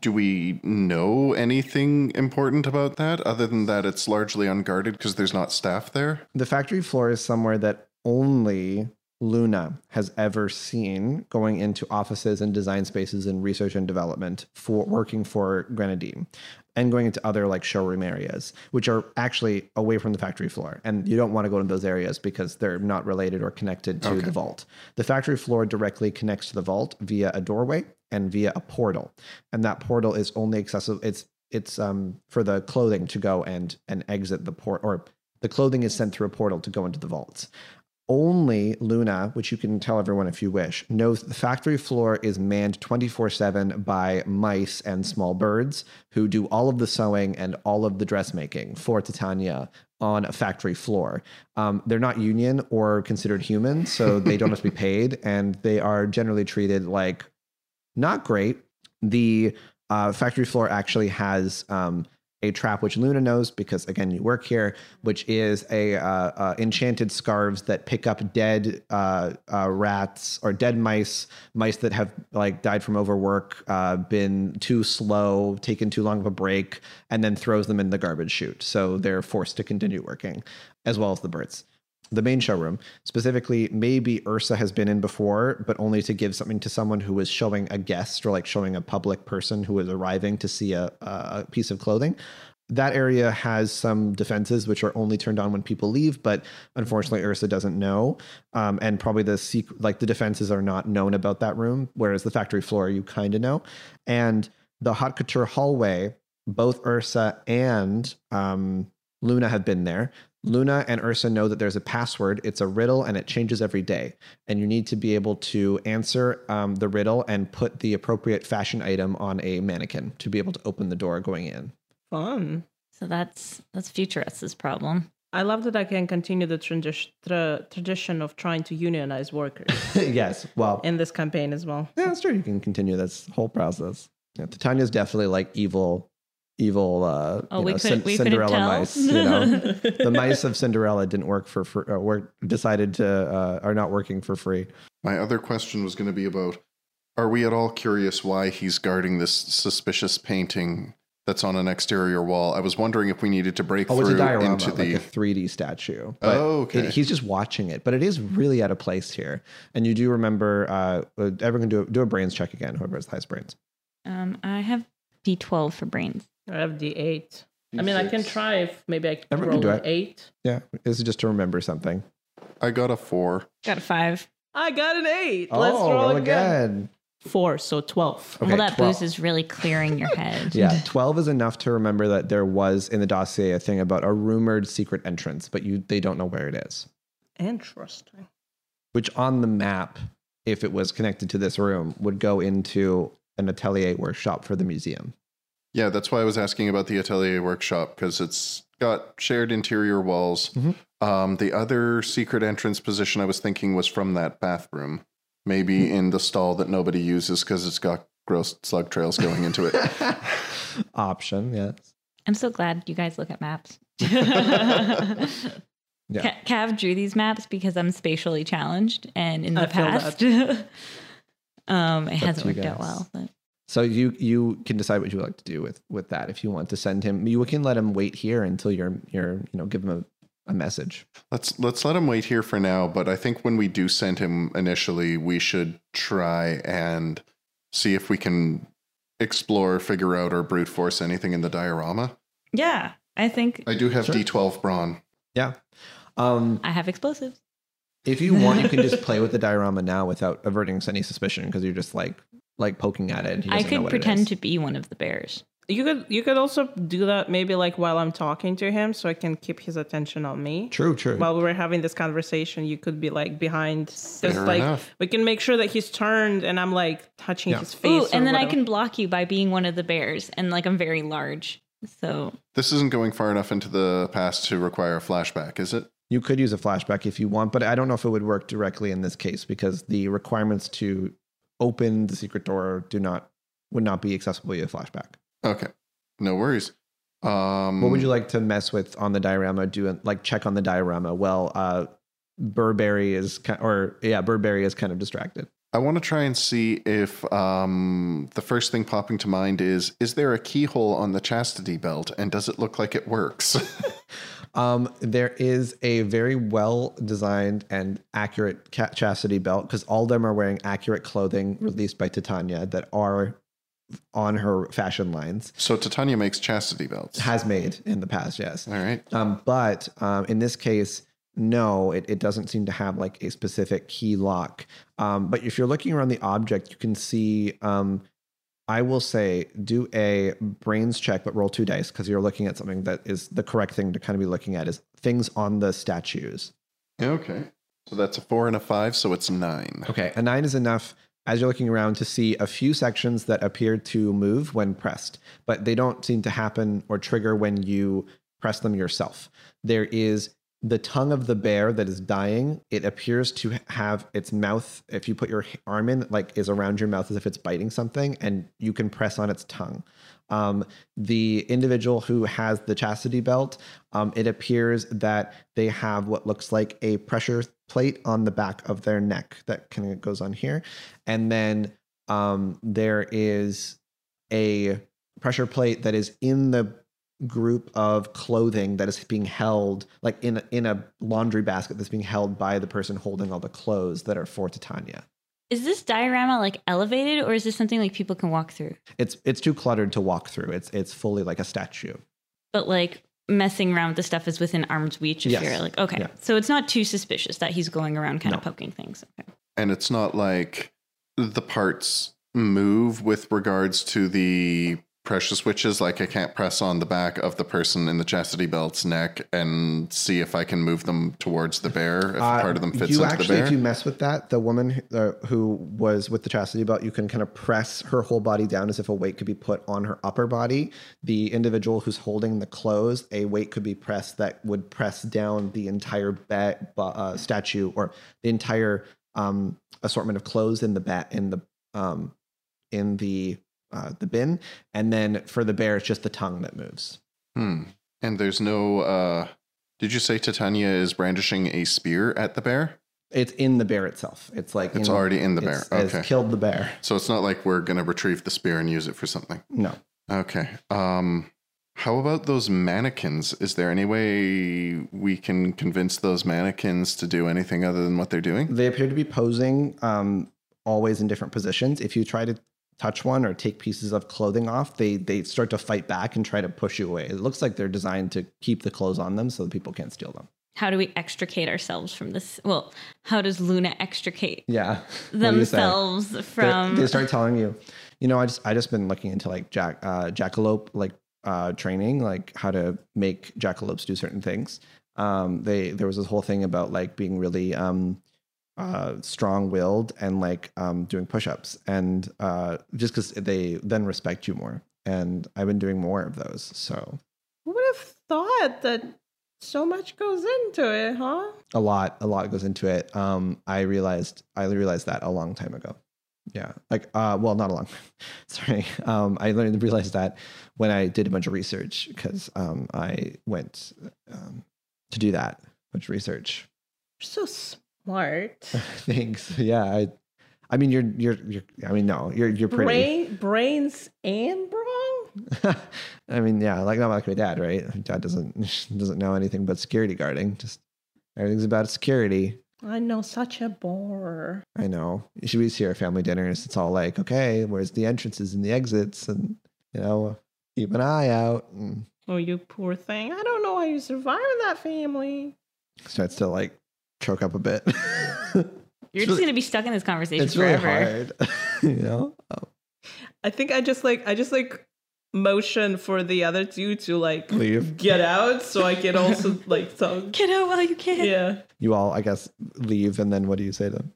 Do we know anything important about that other than that it's largely unguarded because there's not staff there?
The factory floor is somewhere that only Luna has ever seen going into offices and design spaces and research and development for working for Grenadine and going into other like showroom areas, which are actually away from the factory floor. And you don't want to go to those areas because they're not related or connected to the vault. The factory floor directly connects to the vault via a doorway and via a portal. And that portal is only accessible it's it's um for the clothing to go and and exit the port or the clothing is sent through a portal to go into the vaults. Only Luna, which you can tell everyone if you wish, knows the factory floor is manned 24 7 by mice and small birds who do all of the sewing and all of the dressmaking for Titania on a factory floor. Um, they're not union or considered human, so they don't have to be paid, and they are generally treated like not great. the uh, factory floor actually has um, a trap, which Luna knows because again you work here, which is a uh, uh, enchanted scarves that pick up dead uh, uh, rats or dead mice, mice that have like died from overwork, uh, been too slow, taken too long of a break, and then throws them in the garbage chute, so they're forced to continue working, as well as the birds the main showroom. Specifically, maybe Ursa has been in before, but only to give something to someone who was showing a guest or like showing a public person who was arriving to see a, a piece of clothing. That area has some defenses which are only turned on when people leave, but unfortunately, Ursa doesn't know. Um, and probably the secret, like the defenses are not known about that room, whereas the factory floor, you kind of know. And the haute couture hallway, both Ursa and um, Luna have been there. Luna and Ursa know that there's a password. It's a riddle and it changes every day. And you need to be able to answer um, the riddle and put the appropriate fashion item on a mannequin to be able to open the door going in.
Fun.
So that's that's future us's problem.
I love that I can continue the tradi- tra- tradition of trying to unionize workers
(laughs) yes. Well,
in this campaign as well.
yeah, that's true. You can continue this whole process. Yeah, Titania's definitely like evil, evil uh,
Oh,
you
we
know,
couldn't-
Cin-
we couldn't
Cinderella
tell?
mice. You
(laughs)
know? the mice of Cinderella didn't work for free, uh, work, decided to, uh, are not working for free.
My other question was going to be about are we at all curious why he's guarding this suspicious painting that's on an exterior wall? I was wondering if we needed to break
Oh, it's a
through
diorama,
into
like
the
a 3D statue.
Oh, okay.
it- he's just watching it, but it is really out of place here. And you do remember, uh, uh, everyone can do a, do a brains check again, whoever has the highest brains.
Um, I have D12 for brains.
(laughs) I have D8. I mean, I can try if maybe I can
Everyone
roll
can do
an
it.
8.
Yeah, this is just to remember something.
I got a 4.
Got a five.
I got an 8. Let's
oh,
roll,
roll
again.
again.
4, so 12.
Okay,
well, that
12.
booze is really
(laughs)
clearing your head.
Yeah, 12 is enough to remember that there was in the dossier a thing about a rumored secret entrance, but you they don't know where it is.
Interesting.
Which on the map, if it was connected to this room, would go into an atelier workshop for the museum.
Yeah, that's why I was asking about the atelier workshop because it's got shared interior walls.
Mhm.
Um, the other secret entrance position I was thinking was from that bathroom, maybe in the stall that nobody uses because it's got gross slug trails going into
(laughs)
it.
Option, yes.
I'm so glad you guys look at maps. (laughs)
Yeah.
Ca- Cav drew these maps because I'm spatially challenged, and in the
I feel
past, (laughs) um, it hasn't
you
worked
guys.
out well. But
So you you can decide what you would like to do with with that. If you want to send him, you can let him wait here until you're you're you know give him a, a message.
Let's let's let him wait here for now, but I think when we do send him initially, we should try and see if we can explore, figure out, or brute force anything in the diorama.
yeah, I think
I do have
Sure.
D12 brawn.
Yeah. Um,
I have explosives.
if you want, you can
(laughs)
just play with the diorama now without averting any suspicion because you're just like like poking at it. And he
I
doesn't know
could
what it
pretend
is.
to be one of the bears.
You could you could also do that maybe like while I'm talking to him so I can keep his attention on me.
True, true.
While we were having this conversation, you could be like behind just
Fair
like
enough.
we can make sure that he's turned and I'm like touching
Yeah.
his face.
Ooh,
or
and then I
whatever.
can block you by being one of the bears, and like I'm very large, so
This isn't going far enough into the past to require a flashback, is it?
you could use a flashback if you want, but I don't know if it would work directly in this case because the requirements to open the secret door do not would not be accessible via flashback.
Okay, no worries. Um,
What would you like to mess with on the diorama? Do like check on the diorama. Well, uh, Burberry is ki or yeah, Burberry is kind of distracted.
I want to try and see if um, the first thing popping to mind is: is there a keyhole on the chastity belt, and does it look like it works? (laughs)
Um, there is a very well designed and accurate ca- chastity belt because all of them are wearing accurate clothing released by Titania that are on her fashion lines
so Titania makes chastity belts.
has made in the past. Yes.
All right.
Um, but um, in this case, no, it, it doesn't seem to have like a specific key lock. Um, but if you're looking around the object, you can see, um, I will say, do a brains check, but roll two dice because you're looking at something that is the correct thing to kind of be looking at is things on the statues.
Okay. So that's a four and a five, so it's nine.
Okay. A nine is enough as you're looking around to see a few sections that appear to move when pressed, but they don't seem to happen or trigger when you press them yourself. There is the tongue of the bear that is dying, it appears to have its mouth, if you put your h- arm in, like is around your mouth as if it's biting something, and you can press on its tongue. Um, the individual who has the chastity belt, um, it appears that they have what looks like a pressure plate on the back of their neck that kind of goes on here. And then um, there is a pressure plate that is in the group of clothing that is being held like in a, in a laundry basket that's being held by the person holding all the clothes that are for Titania.
Is this diorama like elevated or is this something like people can walk through?
It's it's too cluttered to walk through. It's it's fully like a statue.
But like messing around with the stuff is within arm's reach if
Yes.
you're like, okay.
Yeah.
So it's not too suspicious that he's going around kind of poking things. Okay.
and it's not like the parts move with regards to the pressure switches like i can't press on the back of the person in the chastity belt's neck and see if i can move them towards the bear if
Uh,
part of them fits
you
into
actually,
the bear
if you mess with that, the woman who, uh, who was with the chastity belt, you can kind of press her whole body down as if a weight could be put on her upper body. The individual who's holding the clothes, a weight could be pressed that would press down the entire ba- ba- uh, statue or the entire um, assortment of clothes in the bat in the um, in the uh, the bin. And then for the bear, it's just the tongue that moves.
hmm. and there's no uh did you say titania is brandishing a spear at the bear
It's in the bear itself. It's like
It's already in the bear.
it's- it's
Okay.
killed the bear.
so it's not like we're gonna retrieve the spear and use it for something
No.
Okay. Um how about those mannequins? Is there any way we can convince those mannequins to do anything other than what they're doing?
They appear to be posing um, always in different positions. If you try to touch one or take pieces of clothing off, they they start to fight back and try to push you away. It looks like they're designed to keep the clothes on them so that people can't steal them.
How do we extricate ourselves from this? Well, how does Luna extricate
Yeah. (laughs) What do you say?
themselves
They're-
from
they start telling you, you know, I just I just been looking into like jack uh, jackalope like uh, training, like how to make jackalopes do certain things. Um, they there was this whole thing about like being really um, uh, strong willed and like um, doing push ups, and uh, just because they then respect you more. And I've been doing more of those. So
Who would have thought that so much goes into it, huh?
a lot a lot goes into it um i realized i realized that a long time ago yeah like uh well not a long (laughs) sorry um i learned realized that when i did a bunch of research because um i went um to do that bunch of research (laughs)
You're so smart.
thanks yeah i i mean you're you're, you're i mean no you're you're (laughs) pretty
Brain, brains and brawn?
(laughs) i mean yeah like not like my dad right My dad doesn't (laughs) doesn't know anything but security guarding just everything's about security
I know such a bore.
I know. You should always hear at family dinners. It's all like, okay, where's the entrances and the exits? And, you know, keep an eye out. And
Oh, you poor thing. I don't know how you survived that family.
starts to like choke up a bit. (laughs)
You're just gonna be stuck in this conversation
it's really
forever.
hard. (laughs) you know?
I think I just like I just like motion for the other two to like
Leave.
get out so I can also like
(laughs)
some
Get out while you can.
yeah.
You all, I guess, leave. And then what do you say to them?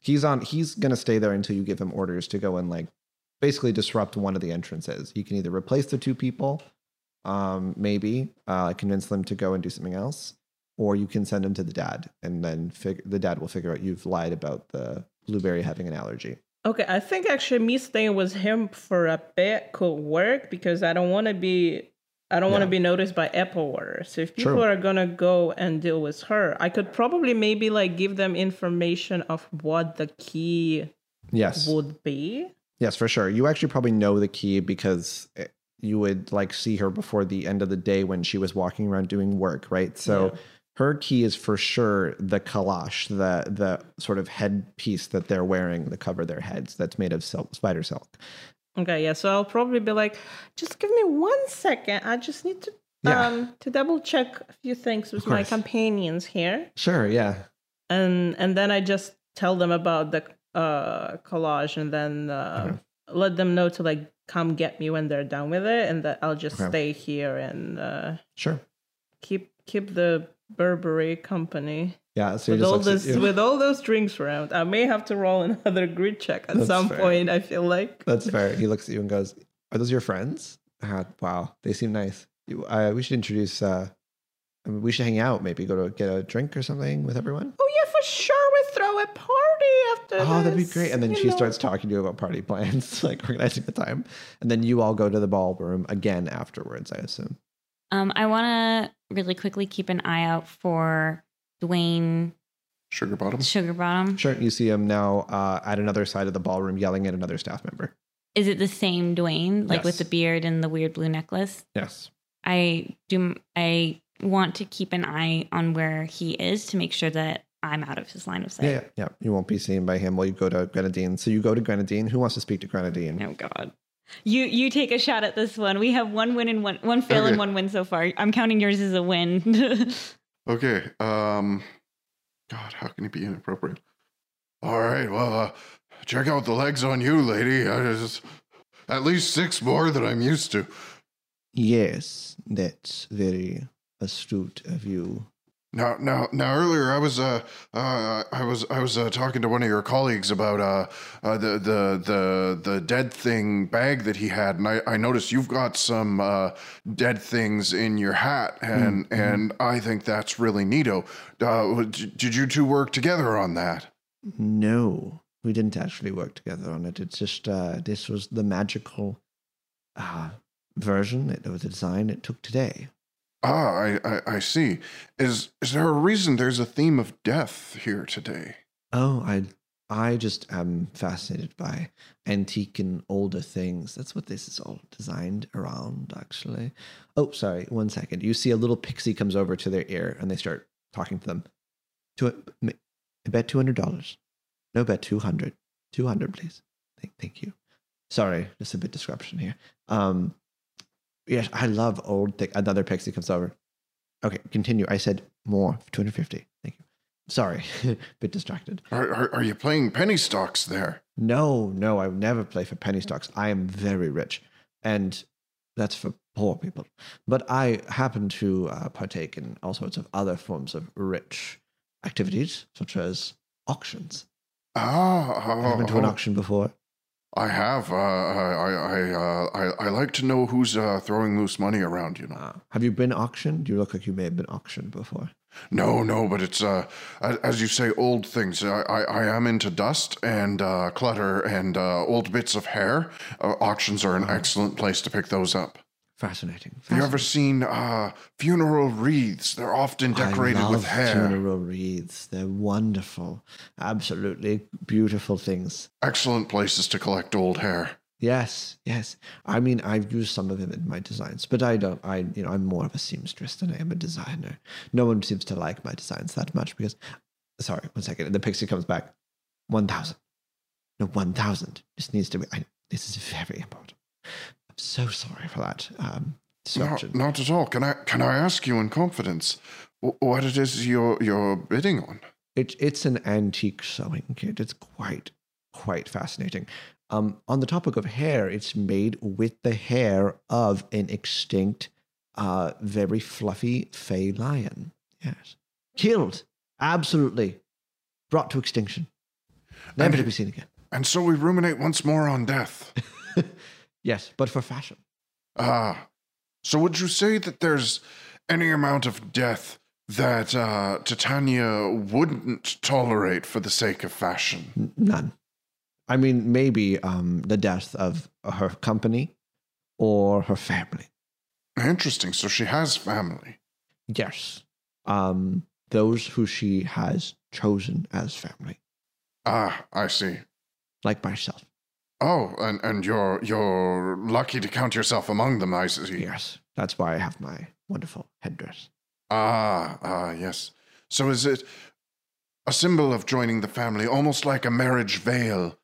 He's on, he's going to stay there until you give him orders to go and like basically disrupt one of the entrances. He can either replace the two people, um, maybe uh, convince them to go and do something else, or you can send them to the dad, and then fig- the dad will figure out you've lied about the blueberry having an allergy.
Okay, I think actually me staying with him for a bit could work because I don't want to be I don't want to
Yeah.
be noticed by Apple Order. So if
True.
people are gonna go and deal with her, I could probably maybe like give them information of what the key
Yes,
would be.
yes, for sure. You actually probably know the key because. It, you would like see her before the end of the day when she was walking around doing work, right? So her key is for sure the kalash, the the sort of headpiece that they're wearing, the cover their heads that's made of silk, spider silk.
Okay, yeah. So I'll probably be like, just give me one second. I just need to
Yeah.
um to double check a few things with my
course.
companions here,
Sure, yeah.
and and then I just tell them about the uh collage, and then uh, let them know to like come get me when they're done with it, and that I'll just
Okay.
stay here and uh,
Sure.
keep keep the Burberry company
Yeah. So he
with
just
all
looks at
this
you.
with all those drinks around. I may have to roll another grid check at
That's
some
fair.
point. I feel like
(laughs) That's fair. He looks at you and goes, "Are those your friends? Ah, wow, they seem nice. You, uh, we should introduce uh, I mean, we should hang out, maybe go to get a drink or something with everyone.
Oh yeah, for sure. We throw a party after
Oh, that'd be
this,
great. And then
you
she
know.
starts talking to you about party plans, (laughs) like organizing the time. And then you all go to the ballroom again afterwards, I assume.
Um, I want to really quickly keep an eye out for Dwayne
Sugar bottom.
Sugarbottom.
Sure, you see him now uh, at another side of the ballroom yelling at another staff member.
Is it the same Dwayne, like with
Yes.
the beard and the weird blue necklace?
Yes.
I do. I want to keep an eye on where he is to make sure that I'm out of his line of sight.
Yeah, yeah, yeah. You won't be seen by him while you go to Grenadine. So you go to Grenadine. Who wants to speak to Grenadine?
Oh God. You you take a shot at this one. We have one win and one one fail and
Okay.
one win so far. I'm counting yours as a win. (laughs)
Okay. Um, God, how can it be inappropriate? All right. Well, uh, check out the legs on you, lady. I just, at least six more than I'm used to.
Yes, that's very astute of you.
Now, now, now! Earlier, I was, uh, uh, I was, I was uh, talking to one of your colleagues about uh, uh, the the the the dead thing bag that he had, and I, I noticed you've got some uh, dead things in your hat,
Hmm,
and and I think that's really neato. Uh, d- did you two work together on that?
No, we didn't actually work together on it. It's just uh, this was the magical uh, version of the design it took today.
Ah, I, I, I see. Is is there a reason there's a theme of death here today?
Oh, I I just am fascinated by antique and older things. That's what this is all designed around, actually. Oh, sorry, one second. You see a little pixie comes over to their ear and they start talking to them. To I bet two hundred dollars. No bet two hundred. Two hundred, please. Thank thank you. Sorry, just a bit disruption here. Um Yes, I love old things. Another pixie comes over. Okay, continue. I said more. 250. Thank you. Sorry, (laughs) bit distracted.
Are, are are you playing penny stocks there?
No, no, I would never play for penny stocks. I am very rich, and that's for poor people. But I happen to uh, partake in all sorts of other forms of rich activities, such as auctions.
Ah,
Have you been to an auction before?
I have. Uh, I I I, uh, I I like to know who's uh, throwing loose money around. You know.
Uh, have you been auctioned? You look like you may have been auctioned before.
No, no, but it's uh, a- as you say, old things. I I, I am into dust and uh, clutter and uh, old bits of hair. Uh, auctions are an
Uh-huh.
excellent place to pick those up.
Fascinating.
Have you ever seen uh, funeral wreaths? They're often decorated
I love
with hair.
funeral wreaths. They're wonderful, absolutely beautiful things.
Excellent places to collect old hair.
Yes, yes. I mean, I've used some of them in my designs, but I don't. I, you know, I'm more of a seamstress than I am a designer. No one seems to like my designs that much because. Sorry, one second. And the pixie comes back. One thousand. No, one thousand. This needs to be. I, this is very important. I'm so sorry for that. Um,
Not,
surgeon.
not at all. Can I can I ask you in confidence wh- what it is you're you're bidding on?
It, it's an antique sewing kit. It's quite, quite fascinating. Um, on the topic of hair, it's made with the hair of an extinct, uh, very fluffy fey lion. Yes. Killed. Absolutely. Brought to extinction. Never to be seen again.
And so we ruminate once more on death.
Yes, but for fashion.
Ah, so would you say that there's any amount of death that uh, Titania wouldn't tolerate for the sake of fashion?
N- None. I mean, maybe um, the death of her company or her family.
Interesting. So she has family.
Yes. Um, those who she has chosen as family,
Ah, I see.
like myself.
Oh, and, and you're you're lucky to count yourself among them, I see.
Yes. That's why I have my wonderful headdress.
Ah, ah, yes. So is it a symbol of joining the family, almost like a marriage veil?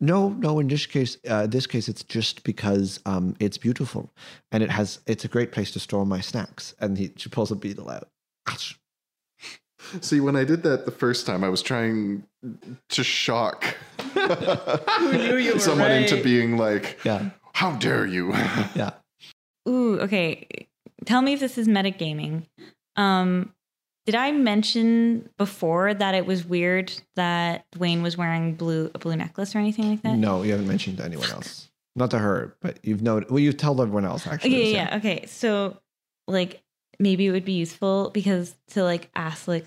No, no. In this case, uh, this case, it's just because um, it's beautiful, and it has. It's a great place to store my snacks. And he, she pulls a beetle out. Ouch.
See, when I did that the first time, I was trying to shock
you were
someone into
right?
being like,
Yeah,
How dare you? (laughs)
yeah.
Ooh, okay. Tell me if this is metagaming. Um, did I mention before that it was weird that Dwayne was wearing blue a blue necklace or anything like that?
No, you haven't mentioned to anyone else. Not to her, but you've noted. Well, you told everyone else actually.
Okay,
so-
yeah, okay. So, like, maybe it would be useful because to like ask like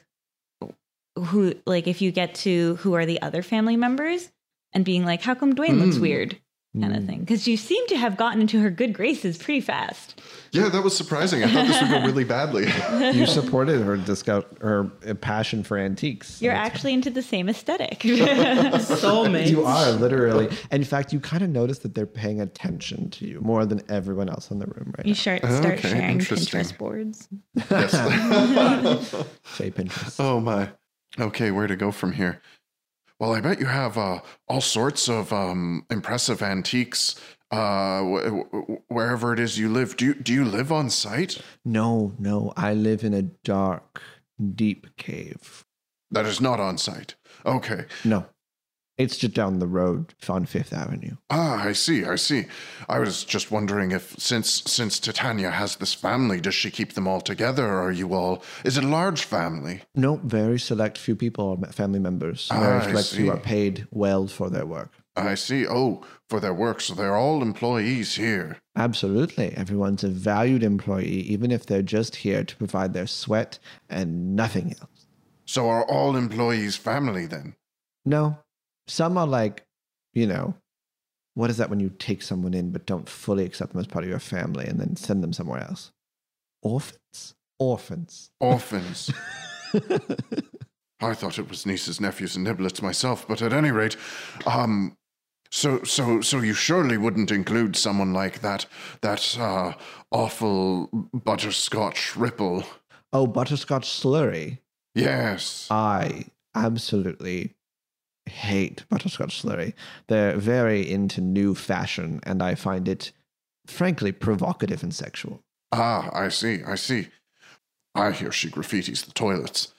who like if you get to who are the other family members and being like how come Dwayne looks
Mm.
weird kind of thing because you seem to have gotten into her good graces pretty fast.
Yeah, that was surprising. I thought this would go really badly. (laughs)
mm, you supported her disco- her uh, passion for antiques.
You're actually into the same
(laughs)
aesthetic.
Soulmates.
(laughs) You are literally. In fact, you kind of notice that they're paying attention to you more than everyone else in the room right
(laughs) You start start
Okay,
sharing
interesting.
Pinterest boards.
Yes.
now. Shape interest.
oh my. Okay, where to go from here? Well, I bet you have uh, all sorts of um, impressive antiques uh, w- w- wherever it is you live. Do you, do you live on site?
No, no. I live in a dark, deep cave.
That is not on site. Okay.
No, it's just down the road on Fifth Avenue.
Ah, I see. I see. I was just wondering if since since Titania has this family, does she keep them all together? Or are you all? Is it a large family?
No, very select few people are family members. Very
Ah, I
select
see.
few are paid well for their work.
I see. Oh, for their work, so they're all employees here.
Absolutely. Everyone's a valued employee, even if they're just here to provide their sweat and nothing else.
So are all employees family then?
No. Some are like, you know, what is that when you take someone in but don't fully accept them as part of your family and then send them somewhere else? Orphans? Orphans.
Orphans. I thought it was nieces, nephews, and niblets myself, but at any rate, um, so so so you surely wouldn't include someone like that that uh, awful butterscotch ripple.
oh, butterscotch slurry.
Yes.
I absolutely hate butterscotch slurry. They're very into new fashion and I find it frankly provocative and sexual.
Ah, I see, I see. I hear she graffitis the toilets.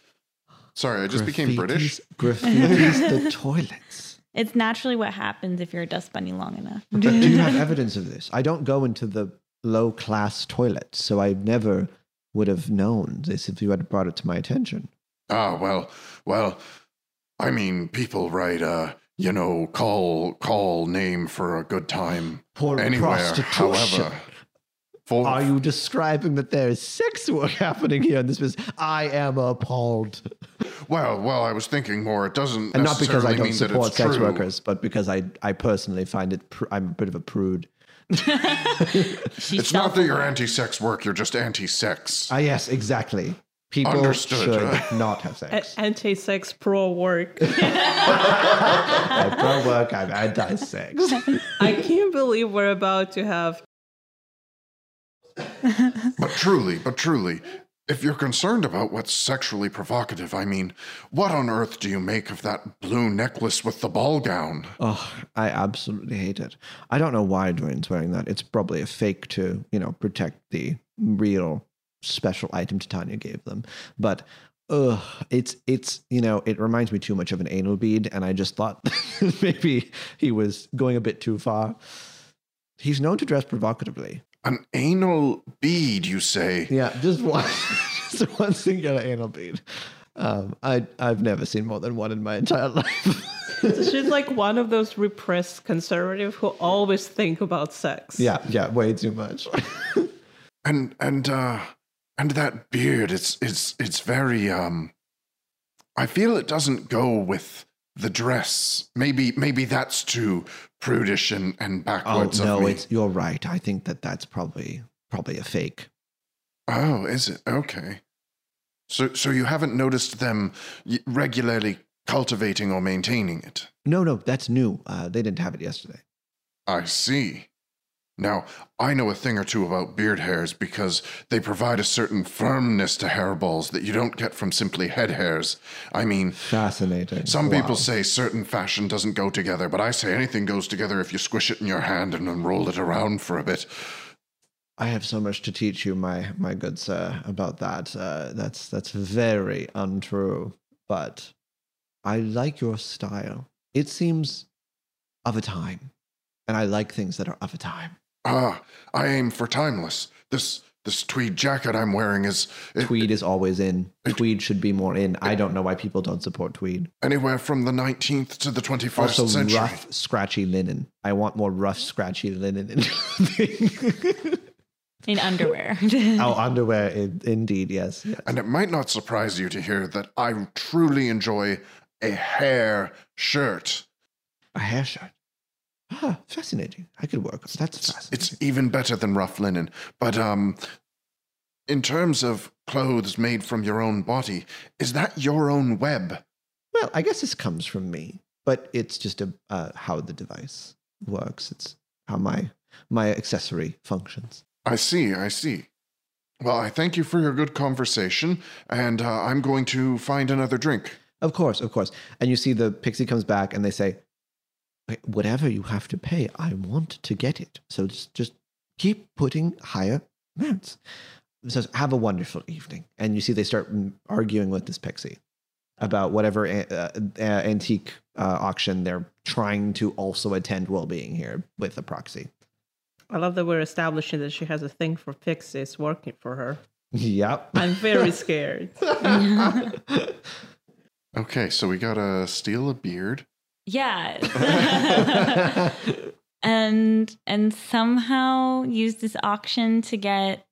Sorry, I just became British.
Graffitis the toilets.
It's naturally what happens if you're a dust bunny long enough.
Do
(laughs)
you have evidence of this? I don't go into the low class toilets, so I never would have known this if you had brought it to my attention.
Ah, well, well, I mean, people write, uh, you know, call, call name for a good time
Poor
anywhere.
prostitution.
However, for,
Are you describing that there is sex work happening here in this business? I am appalled.
well, well, I was thinking more. It doesn't
And not because I
necessarily
don't
mean that it's
support sex
true.
workers, but because I, I personally find it, pr- I'm a bit of a prude.
It's not that you're anti-sex work. You're just anti-sex.
Ah, yes, exactly. People
Understood.
should not have sex. (laughs)
Anti sex pro work.
I pro work, I'm anti sex. (laughs)
I can't believe we're about to have.
But truly, but truly, if you're concerned about what's sexually provocative, I mean, what on earth do you make of that blue necklace with the ball gown?
Oh, I absolutely hate it. I don't know why Dwayne's wearing that. It's probably a fake to, you know, protect the real special item Titania gave them. But ugh, it's it's you know, it reminds me too much of an anal bead, and I just thought (laughs) maybe he was going a bit too far. He's known to dress provocatively.
An anal bead, you say?
Yeah, (laughs) just one just one singular anal bead. Um, I I've never seen more than one in my entire (laughs) life. (laughs)
She's like one of those repressed conservative who always think about sex.
yeah, yeah, way too much.
And and uh and that beard, it's it's it's very um I feel it doesn't go with the dress. Maybe maybe that's too prudish and, and
Oh
backwards
no,
of me.
it's you're right. I think that that's probably probably a fake.
Oh, is it? Okay. So so you haven't noticed them y- regularly cultivating or maintaining it.
No, no, that's new. Uh, they didn't have it yesterday.
I see. Now, I know a thing or two about beard hairs because they provide a certain firmness to hairballs that you don't get from simply head hairs. I mean,
Fascinating.
some
Wow.
people say certain fashion doesn't go together, but I say anything goes together if you squish it in your hand and then roll it around for a bit.
I have so much to teach you, my my good sir, about that. Uh, that's that's very untrue. But I like your style. It seems of a time, and I like things that are of a time.
Ah, I aim for timeless. This this tweed jacket I'm wearing is it,
Tweed is always (laughs) in. Tweed should be more in. I don't know why people don't support tweed.
anywhere from the 19th to the 21st
also
century.
rough, scratchy linen. I want more rough, scratchy linen in (laughs) clothing.
in
(laughs)
underwear.
Oh, underwear, in, indeed, yes.
And it might not surprise you to hear that I truly enjoy a hair shirt.
A hair shirt. Ah, fascinating. I could work. That's
It's,
fascinating.
it's even better than rough linen. But um, in terms of clothes made from your own body, is that your own web?
well, I guess this comes from me, but it's just a, uh, how the device works. It's how my my accessory functions.
I see, I see. Well, I thank you for your good conversation, and uh, I'm going to find another drink.
Of course, of course. And you see the pixie comes back and they say, "Okay, whatever you have to pay, I want to get it. So just, just keep putting higher amounts. It says, have a wonderful evening. And you see they start mm, arguing with this pixie about whatever a- uh, uh, antique uh, auction they're trying to also attend while being here with a proxy.
I love that we're establishing that she has a thing for pixies working for her.
Yep.
I'm
(laughs)
very scared.
Okay, so we gotta steal a beard.
(laughs) yeah.
(laughs)
(laughs)
(laughs)
and and somehow use this auction to get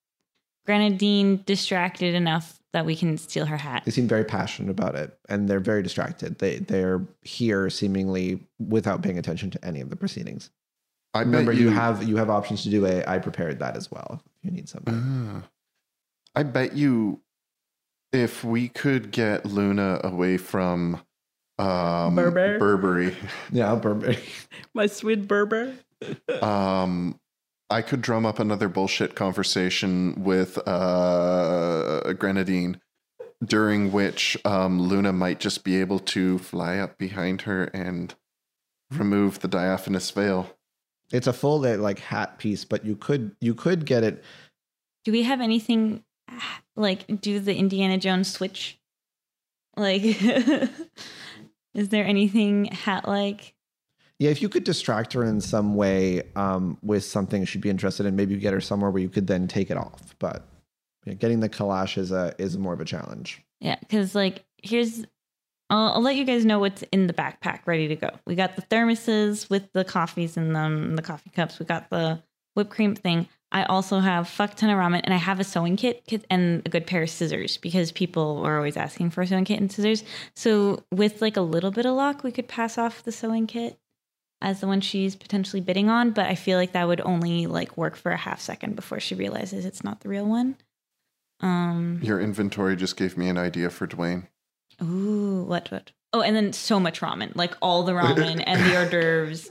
Grenadine distracted enough that we can steal her hat.
They seem very passionate about it and they're very distracted. They, they're here seemingly without paying attention to any of the proceedings.
I bet
Remember, you, have you have options to do a. I prepared that as well. If you need something,
Ah. I bet you if we could get Luna away from um,
Burberry?
Burberry,
yeah, Burberry.
My sweet Berber.
um, I could drum up another bullshit conversation with uh, Grenadine, during which um, Luna might just be able to fly up behind her and remove the diaphanous veil.
(laughs) It's a full uh, like hat piece, but you could you could get it.
Do we have anything like do the Indiana Jones switch? Like (laughs) is there anything hat like?
Yeah, if you could distract her in some way um, with something she'd be interested in, maybe you get her somewhere where you could then take it off. But yeah, getting the calash is a is more of a challenge.
Yeah, because like here's, I'll, I'll let you guys know what's in the backpack ready to go. We got the thermoses with the coffees in them, the coffee cups. We got the whipped cream thing. I also have fuck ton of ramen, and I have a sewing kit 'cause- and a good pair of scissors because people were always asking for a sewing kit and scissors. So with like a little bit of luck, we could pass off the sewing kit as the one she's potentially bidding on. But I feel like that would only like work for a half second before she realizes it's not the real one. Um,
Your inventory just gave me an idea for Dwayne.
Ooh, what what? Oh, and then so much ramen, like all the ramen and the hors d'oeuvres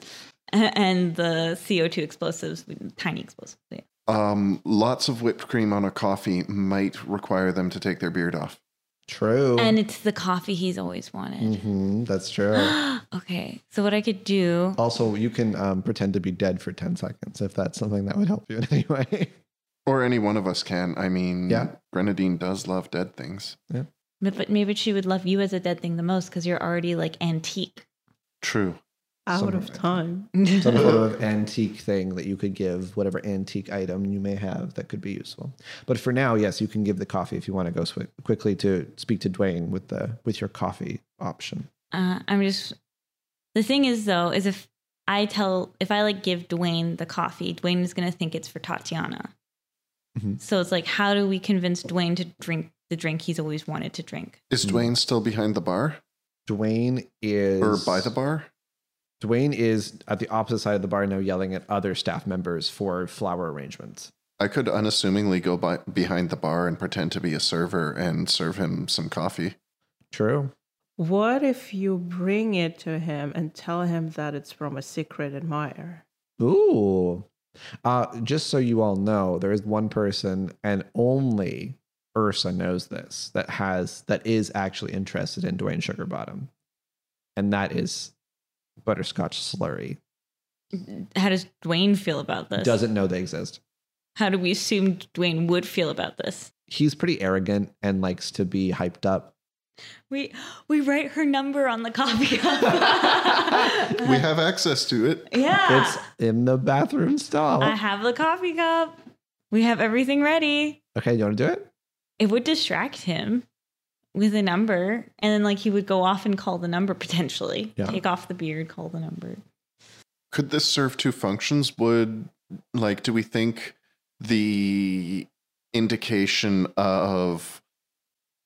a- and the CO two explosives, tiny explosives. Yeah.
Um, lots of whipped cream on a coffee might require them to take their beard off.
True.
And it's the coffee he's always wanted.
hmm that's true.
(gasps) okay, so what I could do?
also, you can um, pretend to be dead for ten seconds if that's something that would help you in any way.
Or any one of us can. I mean,
Yeah.
Grenadine does love dead things.
But but maybe she would love you as a dead thing the most because you're already like antique. (laughs)
True.
Out
Something
of
like that.
time.
(laughs) some sort of antique thing that you could give whatever antique item you may have that could be useful. But for now, yes, you can give the coffee if you want to go swi quickly to speak to Dwayne with the with your coffee option.
Uh, I'm just. The thing is, though, is if I tell, if I like give Dwayne the coffee, Dwayne is going to think it's for Tatiana.
Mhm.
So it's like, how do we convince Dwayne to drink the drink he's always wanted to drink?
Is
Hmm.
Dwayne still behind the bar
Dwayne is
or by the bar?
Dwayne is at the opposite side of the bar now, yelling at other staff members for flower arrangements.
I could unassumingly go by, behind the bar and pretend to be a server and serve him some coffee.
True.
What if you bring it to him and tell him that it's from a secret admirer?
Ooh. Uh, just so you all know, there is one person and only Ursa knows this that has that is actually interested in Dwayne Sugarbottom. And that is Butterscotch Slurry.
How does Dwayne feel about this?
Doesn't know they exist.
How do we assume Dwayne would feel about this?
He's pretty arrogant and likes to be hyped up.
We we write her number on the coffee cup.
(laughs)
We have access to it.
yeah,
It's in the bathroom stall.
Ah. I have the coffee cup. We have everything ready.
Okay, you want to do it?
it would distract him with a number and then like he would go off and call the number potentially
Yeah.
take off the beard call the number
Could this serve two functions? Would like do we think the indication of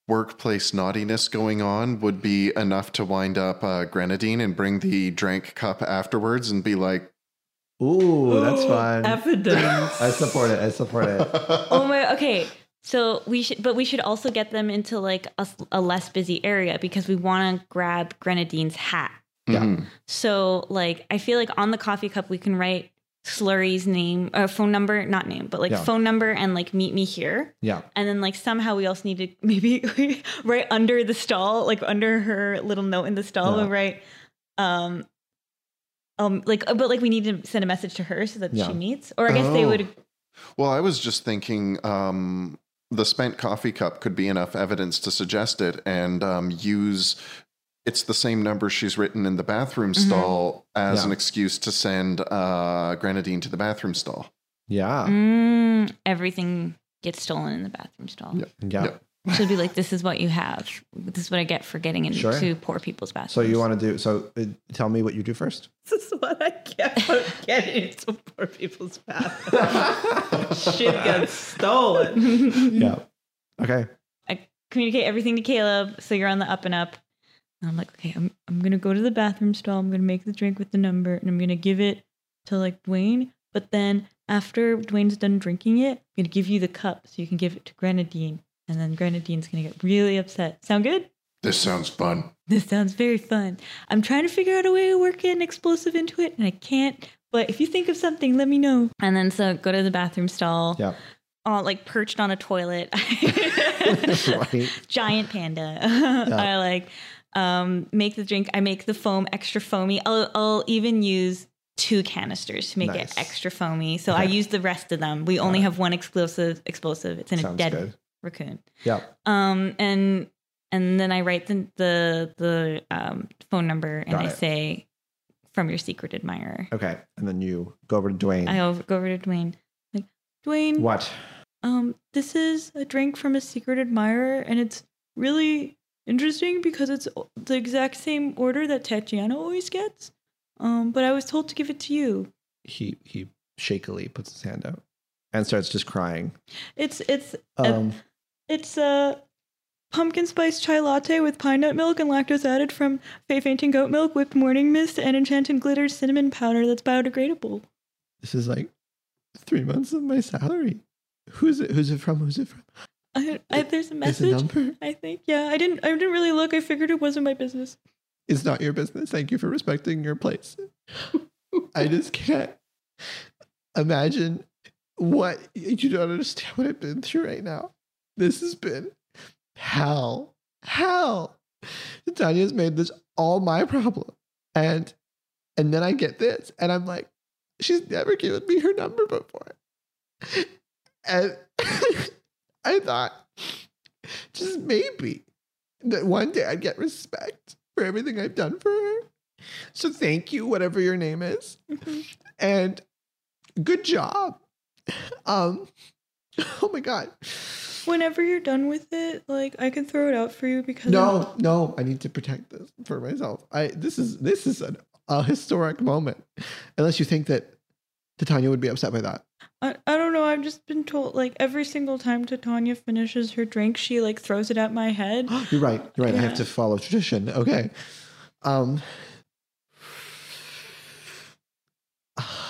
workplace naughtiness going on would be enough to wind up uh, grenadine and bring the drink cup afterwards and be like,
Ooh, that's fine.
Evidence.
I support it. I support
(laughs)
it.
oh my. Okay. So we should, but we should also get them into like a, s- a less busy area because we want to grab Grenadine's hat.
Yeah.
"Mhm."
So like, I feel like on the coffee cup we can write Slurry's name, uh, phone number, not name, but like
Yeah.
phone number and like meet me here.
Yeah.
And then like somehow we also need to (laughs) maybe right under the stall, like under her little note in the stall,
Yeah.
we write um um like but like we need to send a message to her so that
Yeah.
she meets. Or I guess they
Oh.
would
Well, I was just thinking um, the spent coffee cup could be enough evidence to suggest it and um, use it's the same number she's written in the bathroom
Mm-hmm.
Mhm.
stall as
Yeah.
an excuse to send uh, Grenadine to the bathroom stall.
Yeah.
Mm, everything gets stolen in the bathroom stall.
Yeah.
Yeah.
Yep.
She'll be like, This is what you have. This is what I get for getting into
Sure.
poor people's bathrooms.
So you want to do? So uh, tell me what you do first.
(laughs) This is what I get for getting into poor people's
(laughs)
bathrooms. (laughs) Shit gets stolen.
(laughs)
Yeah. Okay.
communicate everything to Caleb. So you're on the up and up. And I'm like, okay, I'm, I'm going to go to the bathroom stall. I'm going to make the drink with the number and I'm going to give it to like Dwayne. But then after Dwayne's done drinking it, I'm going to give you the cup so you can give it to Grenadine. And then Grenadine's going to get really upset. Sound good? (laughs)
This sounds fun.
This sounds very fun. I'm trying to figure out a way to work an explosive into it and I can't. But if you think of something, let me know. And then so go to the bathroom stall,
Yeah.
uh, like perched on a toilet. (laughs)
Right.
giant panda. (laughs) I like um, make the drink. I make the foam extra foamy. I'll, I'll even use two canisters to make
Nice.
it extra foamy. So I
Okay.
use the rest of them. We only have one explosive. Explosive. It's in a
Sounds
dead
good.
raccoon.
Yeah.
Um, and and then I write the the, the um, phone number and
Got
I
it.
say from your secret admirer.
Okay. And then you go over to Dwayne.
I over, go over to Dwayne. Like Dwayne,
what?
um, this is a drink from a secret admirer, and it's really interesting because it's o- the exact same order that Tatiana always gets. Um, but I was told to give it to you.
He he shakily puts his hand out and starts just crying.
It's it's
Um.
it's a pumpkin spice chai latte with pine nut milk and lactose added from fey fainting goat milk, whipped morning mist, and enchanted glitter cinnamon powder that's biodegradable.
this is like three months of my salary. Who's it? Who's it from? Who's it from?
I, I, there's a
It's a
message.
number.
I think yeah. I didn't I didn't really look. I figured it wasn't my business.
It's not your business. Thank you for respecting your place. I just can't imagine what you don't understand what I've been through right now. This has been hell. Hell. Tanya's made this all my problem. And and then I get this and I'm like, she's never given me her number before. And (laughs) I thought just maybe that one day I'd get respect for everything I've done for her. So thank you, whatever your name is. and good job. Um (laughs) oh my god.
Whenever you're done with it, like I can throw it out for you because I'm-
No, no, I need to protect this for myself. I this is this is an, a historic moment. Unless you think that Titania would be upset by that.
I, I don't know. I've just been told like every single time Titania finishes her drink, she like throws it at my (gasps) head.
(gasps) You're right. You're right. I have
Yeah.
to follow tradition. Okay. Um (sighs)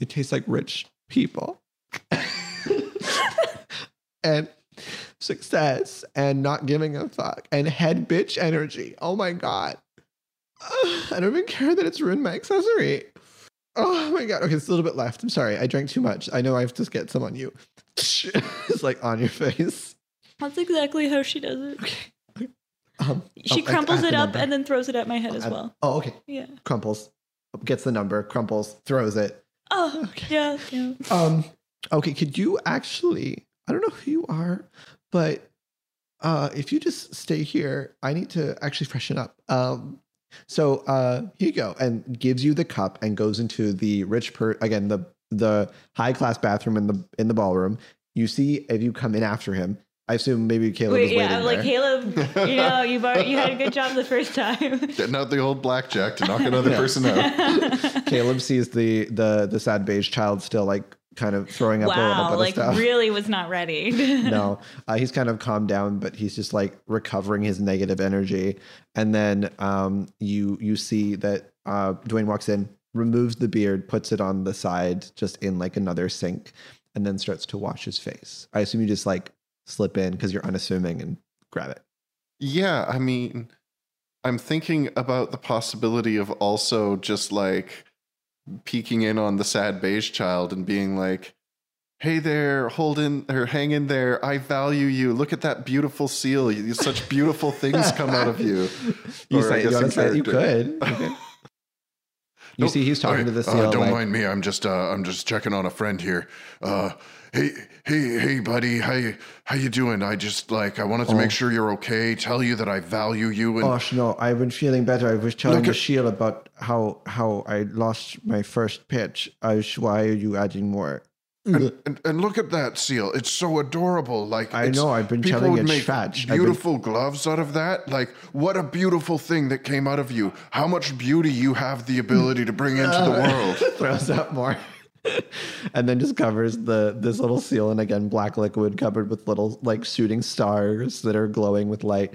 It tastes like rich people. (laughs) and success and not giving a fuck and head bitch energy. Oh my god. (sighs) Ugh, I don't even care that it's ruined my accessory. Oh my god. Okay, it's a little bit left. I'm sorry. I drank too much. I know I have to get some on you. (laughs) it's like on your face.
That's exactly how she does it.
Um,
She
oh, I- I
crumbles
have
it
the
up
number.
and then throws it at my head as
I-
well.
Oh, okay.
Yeah.
Crumples, gets the number, crumples, throws it.
Oh,
Okay.
yeah, yeah.
Um, okay. Could you actually? I don't know who you are, but uh, if you just stay here, I need to actually freshen up. Um, so uh, here you go, and gives you the cup and goes into the rich per again the the high class bathroom in the in the ballroom. You see if you come in after him. I assume maybe Caleb was
Wait,
waiting
yeah. I'm
there.
like Caleb. You (laughs) know, you've already, you had a good job the first (laughs) time.
Getting out the old blackjack to knock another
(laughs)
Yeah.
(laughs)
person out.
Caleb sees the the the sad beige child still like kind of throwing up a little bit
wow,
of
like
stuff.
really was not ready.
(laughs) no, uh, he's kind of calmed down, but he's just like recovering his negative energy. And then um, you you see that uh, Dwayne walks in, removes the beard, puts it on the side, just in like another sink, and then starts to wash his face. I assume you just like slip in because you're unassuming and grab it.
Yeah, I mean, I'm thinking about the possibility of also just like peeking in on the sad beige child and being like, "Hey there, hold in or hang in there. I value you. Look at that beautiful seal. You, such beautiful things come out of you."
(laughs) You
Or I
say you,
guess in
honestly, you could.
character. (laughs)
You, could. You see, he's talking to the
uh,
seal.
don't
like,
mind me. I'm just uh, I'm just checking on a friend here. Uh, hey, hey, hey, buddy. How you how you doing? I just like I wanted to
Oh.
make sure you're okay. Tell you that I value you and
Gosh, Oh, no, I've been feeling better. I was telling
Look
the
at-
shield about how how I lost my first pitch. I was, why are you adding more?
and, and, and look at that seal. It's so adorable. Like
I
it's-
know, I've been
people
telling
would
it's
make
fetch. I've been-
Beautiful gloves out of that. Like what a beautiful thing that came out of you. How much beauty you have the ability to bring into the world.
(laughs) Throws out more. and then just covers the this little seal in again black liquid covered with little like shooting stars that are glowing with light.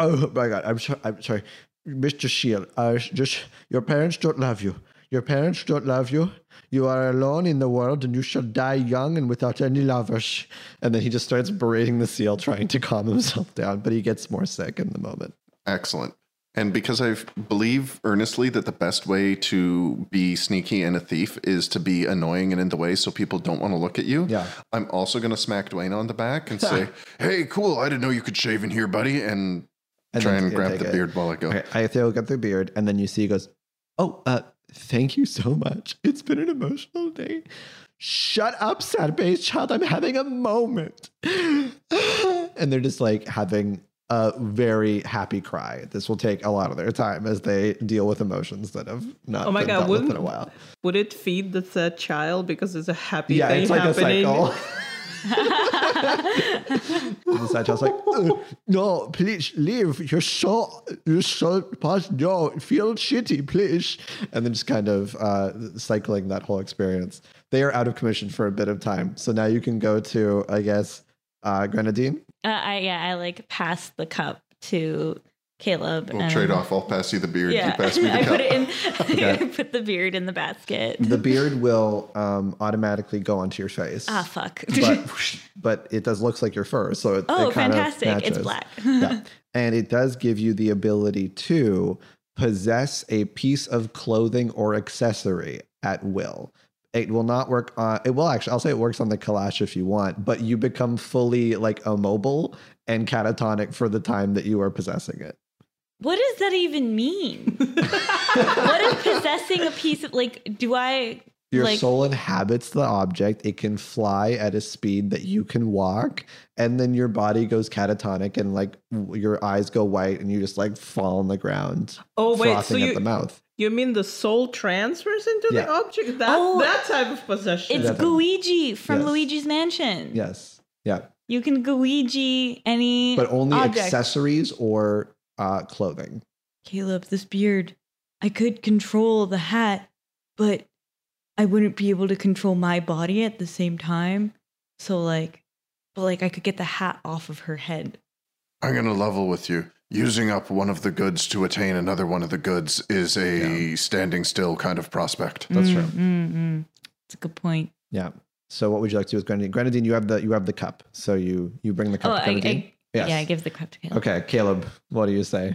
Oh my god, I'm so- I'm sorry. Mr. Shield, I was just your parents don't love you. Your parents don't love you. You are alone in the world and you shall die young and without any lovers. And then he just starts berating the seal, trying to calm himself down, but he gets more sick in the moment.
Excellent. And because I believe earnestly that the best way to be sneaky and a thief is to be annoying and in the way so people don't want to look at you,
Yeah.
I'm also going to smack Dwayne on the
(laughs)
back and say, hey, cool, I didn't know you could shave in here, buddy. And,
And
try
then
and
you
grab
take
the
it.
beard while I go.
Okay, I throw at the beard, and then you see he goes, "Oh, uh, thank you so much. It's been an emotional day. Shut up, sad face child. I'm having a moment." (sighs) and they're just like having a very happy cry. This will take a lot of their time as they deal with emotions that have not
Oh my
been
God,
dealt with in
wouldn't-
a while.
Would it feed the sad child because there's a happy
Yeah,
thing
it's like
happening? (laughs)
a cycle. (laughs) And the side child's like, "Ugh, no, please leave. You're so, you're so, pos- no, feel shitty, please. And then just kind of uh, cycling that whole experience. They are out of commission for a bit of time. So now you can go to, I guess, uh, Grenadine.
(laughs) Uh, I yeah, I like passed the cup to Caleb.
We'll
and-
trade off. I'll pass you the beard.
Um, Yeah,
You
(laughs)
pass me the
I
cup.
put it in.
Okay.
(laughs) I put the beard in the basket.
The beard will um, automatically go onto your face.
Ah, fuck.
But, but it does looks like your fur. So it,
(laughs) oh,
it kind
fantastic!
Of
it's
matches.
black.
yeah. And it does give you the ability to possess a piece of clothing or accessory at will. It will not work on it will actually I'll say it works on the Kalash if you want, but you become fully like immobile and catatonic for the time that you are possessing it.
(laughs) What does that even mean? what is possessing a piece of like? Do I
Your
like?
soul inhabits the object. It can fly at a speed that you can walk, and then your body goes catatonic, and like w- your eyes go white, and you just like fall on the ground,
(laughs) Oh wait, so
frothing at
you
the mouth.
you mean the soul transfers into the
Yeah.
object? That
Oh.
that type of possession.
It's
Yeah.
Luigi from
Yes.
Luigi's Mansion.
Yes, yeah.
You can Luigi any (laughs)
but only
object.
accessories or uh, clothing.
Caleb, this beard. I could control the hat, but I wouldn't be able to control my body at the same time. So like but like I could get the hat off of her head.
I'm going to level with you. Using up one of the goods to attain another one of the goods is a standing still kind of prospect.
That's true.
Mm, mm. It's a good point.
Yeah. So what would you like to do with grenadine? Grenadine, you have the you have the cup, so you you bring the cup.
oh,
to
I,
grenadine.
I
Yes.
yeah, I give the cup to Caleb.
okay, Caleb, what do you say?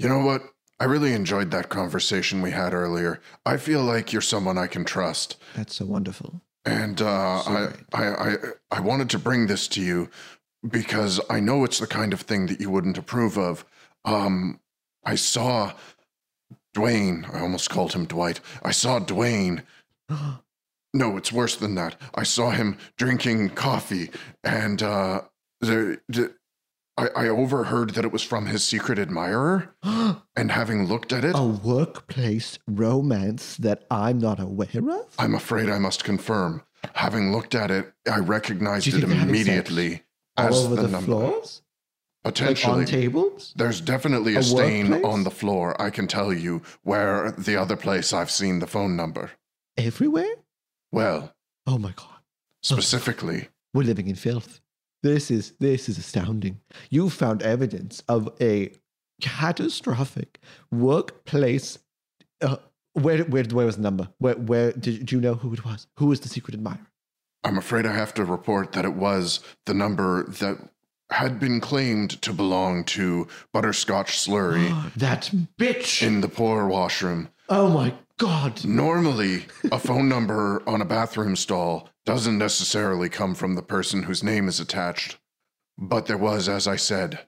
You know what? I really enjoyed that conversation we had earlier. I feel like you're someone I can trust.
That's so wonderful.
And uh, I,
Sorry.
I, I, I wanted to bring this to you because I know it's the kind of thing that you wouldn't approve of. Um, I saw Dwayne. I almost called him Dwight. I saw Dwayne.
(gasps)
No, it's worse than that. I saw him drinking coffee, and uh, the, the, I, I overheard that it was from his secret admirer. And having looked at
(gasps)
it,
A workplace romance that I'm not aware of.
I'm afraid I must confirm. Having looked at it, I recognized
Do you
it
think they're having sex
immediately
All
as
over
the,
the,
number.
floors, like
Potentially,
on tables.
there's definitely a,
A
stain
workplace?
on the floor. I can tell you where the other place I've seen the phone number.
Everywhere?
Well,
Oh my god.
Specifically.
We're living in filth. This is this is astounding. You found evidence of a catastrophic workplace. Uh, where where where was the number? Where where did do you know who it was? Who was the secret admirer?
I'm afraid I have to report that it was the number that had been claimed to belong to Butterscotch
(gasps)
Slurry
(gasps) That bitch.
in the poor washroom.
Oh my god.
Normally, a phone number on a bathroom stall doesn't necessarily come from the person whose name is attached, but there was, as I said,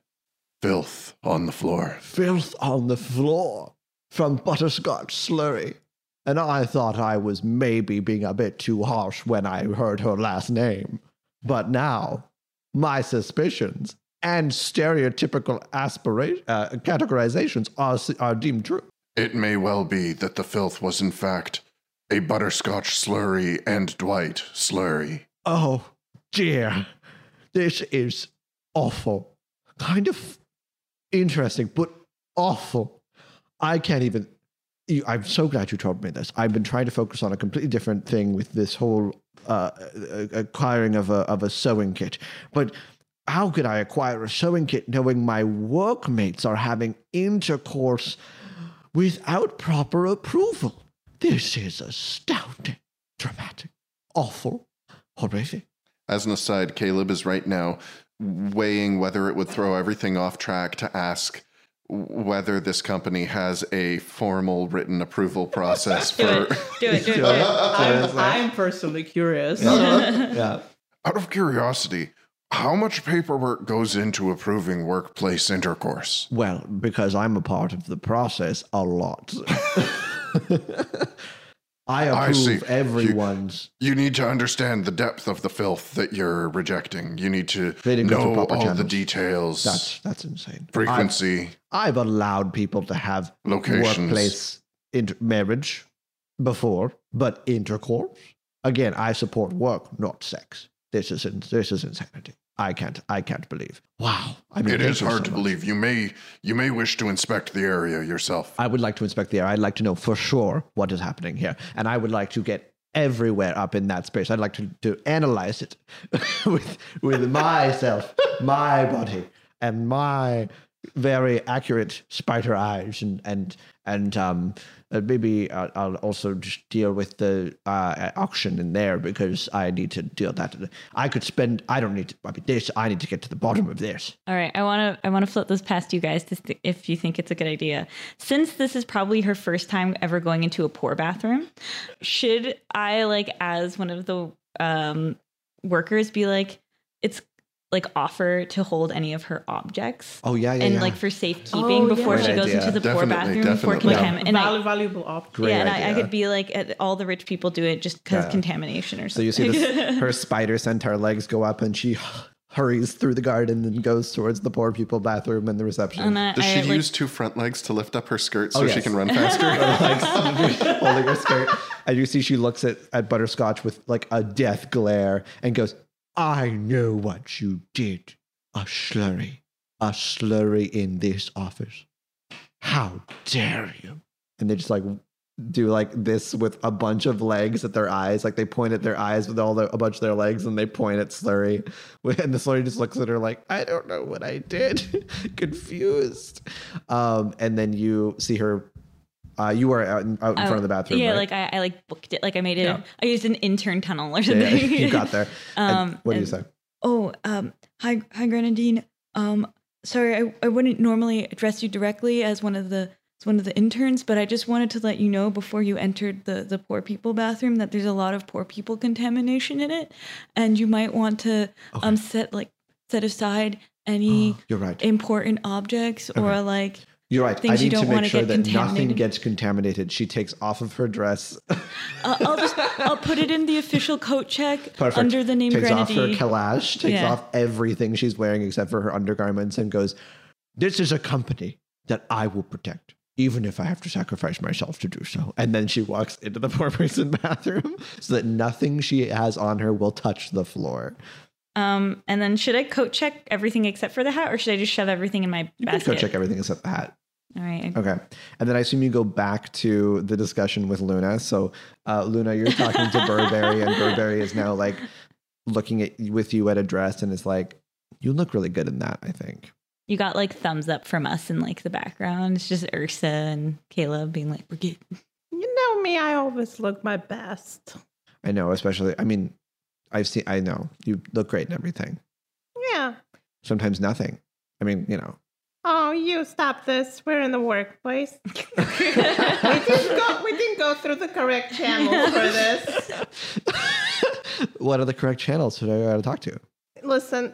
filth on the floor.
filth on the floor from butterscotch slurry. And I thought I was maybe being a bit too harsh when I heard her last name. But now, my suspicions and stereotypical aspira- uh, categorizations are, are deemed true.
It may well be that the filth was, in fact, a butterscotch slurry and Dwight slurry.
Oh, dear. This is awful. Kind of interesting, but awful. I can't even. You, I'm so glad you told me this. I've been trying to focus on a completely different thing with this whole uh, uh, acquiring of a, of a sewing kit. But how could I acquire a sewing kit knowing my workmates are having intercourse without proper approval? This is astounding, dramatic, awful, horrific.
As an aside, Caleb is right now weighing whether it would throw everything off track to ask whether this company has a formal written approval process
Do (laughs)
for.
it. Do it. Do it.
(laughs)
Do it. I'm, I'm personally curious.
Yeah.
Out of curiosity, how much paperwork goes into approving workplace intercourse?
(laughs) Well, because I'm a part of the process a
(laughs)
lot. I
I see.
approve everyone's.
You need to understand the depth of the filth that you're rejecting. You need to
They didn't go through
know all
proper
the
channels.
details,
That's that's insane.
frequency.
I've, I've allowed people to have
Locations.
workplace inter- marriage before, but intercourse. Again, I support work, not sex. This is in, this is insanity. I can't I can't believe. Wow. I mean,
it
thank
is
you
hard
so
to
much.
believe. You may you may wish to inspect the area yourself.
I would like to inspect the air. I'd like to know for sure what is happening here. And I would like to get everywhere up in that space. I'd like to, to analyze it (laughs) with, with myself, my body, and my very accurate spider eyes and and and um uh, maybe I'll, I'll also just deal with the uh auction in there because i need to deal that i could spend i don't need to i mean this i need to get to the bottom of this
All right, I want to I want to float this past you guys to th- if you think it's a good idea. Since this is probably her first time ever going into a poor bathroom, should I like as one of the um workers be like it's like offer to hold any of her objects
oh yeah yeah
and
yeah.
like for safekeeping
Oh, yeah.
before she
Great
goes
idea.
into the poor
Definitely,
bathroom before
definitely.
Kim
Yeah.
and I,
Val- valuable op.
Great
yeah, and I, I
idea.
could be like at- all the rich people do it just because
Yeah.
contamination or
So
something. (laughs)
you see this, her spider centaur legs go up, and she (sighs) hurries through the garden and goes towards the poor people bathroom and the reception,
and I,
Does
I,
she
like,
use two front legs to lift up her skirt so
Oh,
she
yes.
can (laughs)
(laughs)
run faster?
holding her skirt. And you see she looks at, at Butterscotch with like a death glare and goes, "I know what you did. A slurry, a slurry in this office. How dare you?" And they just like do like this with a bunch of legs at their eyes. Like they point at their eyes with all the, a bunch of their legs and they point at Slurry. (laughs) And the Slurry just looks at her like, I don't know what I did. (laughs) Confused. Um, and then you see her, uh, you are out in, out in
I-
front of the bathroom.
Oh, Yeah,
right?
like I, I like booked it. Like I made it.
Yeah.
I used an intern tunnel or
Yeah, (laughs)
(laughs)
yeah,
something.
you got there. And
Um,
what do you say?
and- Oh, um, hi, hi, Grenadine. Um, sorry, I, I wouldn't normally address you directly as one of the as one of the interns, but I just wanted to let you know before you entered the the poor people bathroom that there's a lot of poor people contamination in it, and you might want to
Okay.
um set like set aside any
(gasps) You're right.
important objects or
Okay.
like
You're right. I
things you
need
don't
to make
wanna
sure
get
that nothing
contaminated.
gets contaminated. She takes off of her dress,
uh, I'll just I'll put it in the official coat check
Perfect.
under the name
takes off her
Grenadine.
calash, takes
Yeah.
off everything she's wearing except for her undergarments, and goes, This is a company that I will protect, even if I have to sacrifice myself to do so. And then she walks into the (laughs) poor person bathroom so that nothing she has on her will touch the floor.
Um, and then should I coat check everything except for the hat, or should I just shove everything in my
You can
basket?
go check everything except the hat.
All right.
Okay. And then I assume you go back to the discussion with Luna. So, uh, Luna, you're talking
(laughs)
to Burberry, and Burberry is now like looking at with you at a dress and is like, "You look really good in that." I think.
You got like thumbs up from us in like the background. It's just Ursa and Caleb being like, "We're good."
You know me, I always look my best.
I know, especially. I mean, I've seen. I know you look great in everything.
Yeah.
Sometimes nothing. I mean, you know.
Oh, you stop this. We're in the workplace. we, didn't go, we didn't go through the correct channels for this.
(laughs) What are the correct channels for I to talk to?
Listen,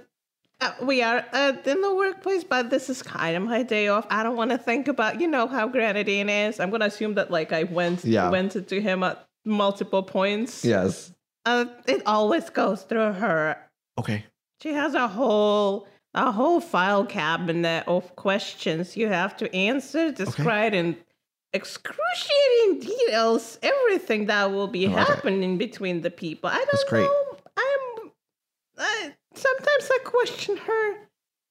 uh, we are uh, in the workplace, but this is kind of my day off. I don't want to think about, you know, how Grenadine is. I'm going to assume that, like, I went,
Yeah.
went to him at multiple points.
Yes.
Uh, it always goes through her.
Okay.
She has a whole a whole file cabinet of questions you have to answer, describe in excruciating details everything that will be
I like it.
happening between the people. I don't
That's great.
know. I'm I, sometimes I question her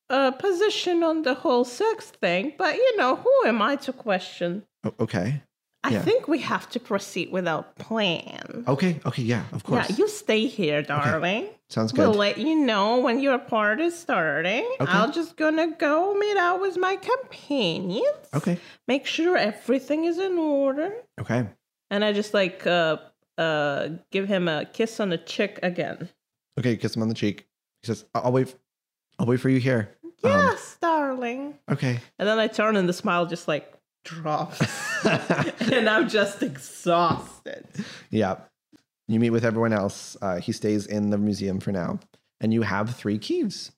uh, position on the whole sex thing, but you know who am I to question?
O- okay.
I
Yeah.
think we have to proceed with our plan.
Okay. Okay. Yeah. Of
Yeah,
course.
you stay here, darling.
Sounds
We'll
good.
let you know when your part is starting.
Okay.
I'm just gonna go meet out with my companions,
okay.
make sure everything is in order,
Okay.
and I just like uh uh give him a kiss on the cheek again.
Okay. Kiss him on the cheek. He says, "I- "I'll wait. f- I'll wait for you here." Um,
Yes, darling.
okay.
And then I turn and the smile just like
(laughs)
drops, and I'm just exhausted.
Yeah. You meet with everyone else. Uh, he stays in the museum for now. And you have three keys.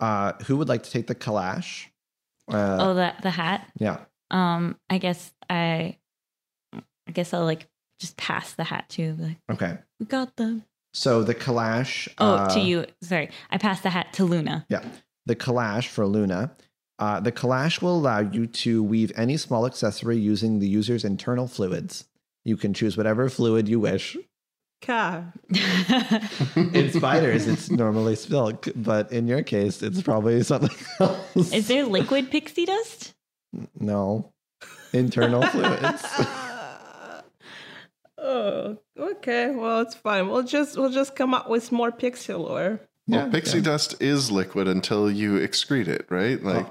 Uh, who would like to take the Kalash? Uh,
oh, the the hat.
Yeah.
Um, I guess I, I guess I'll like just pass the hat to like
Okay.
we got them.
So the Kalash.
Oh,
uh,
to you. Sorry, I passed the hat to Luna. (laughs)
Yeah. The Kalash for Luna. Uh, the Kalash will allow you to weave any small accessory using the user's internal fluids. You can choose whatever fluid you wish.
God,
In
(laughs)
spiders, it's normally silk, but in your case, it's probably something else.
Is there liquid
(laughs)
pixie dust?
No. Internal fluids.
(laughs) oh, okay. Well, it's fine. We'll just we'll just come up with more pixie lore.
Yeah,
well, pixie dust is liquid until you excrete it, right?
Oh.
Like,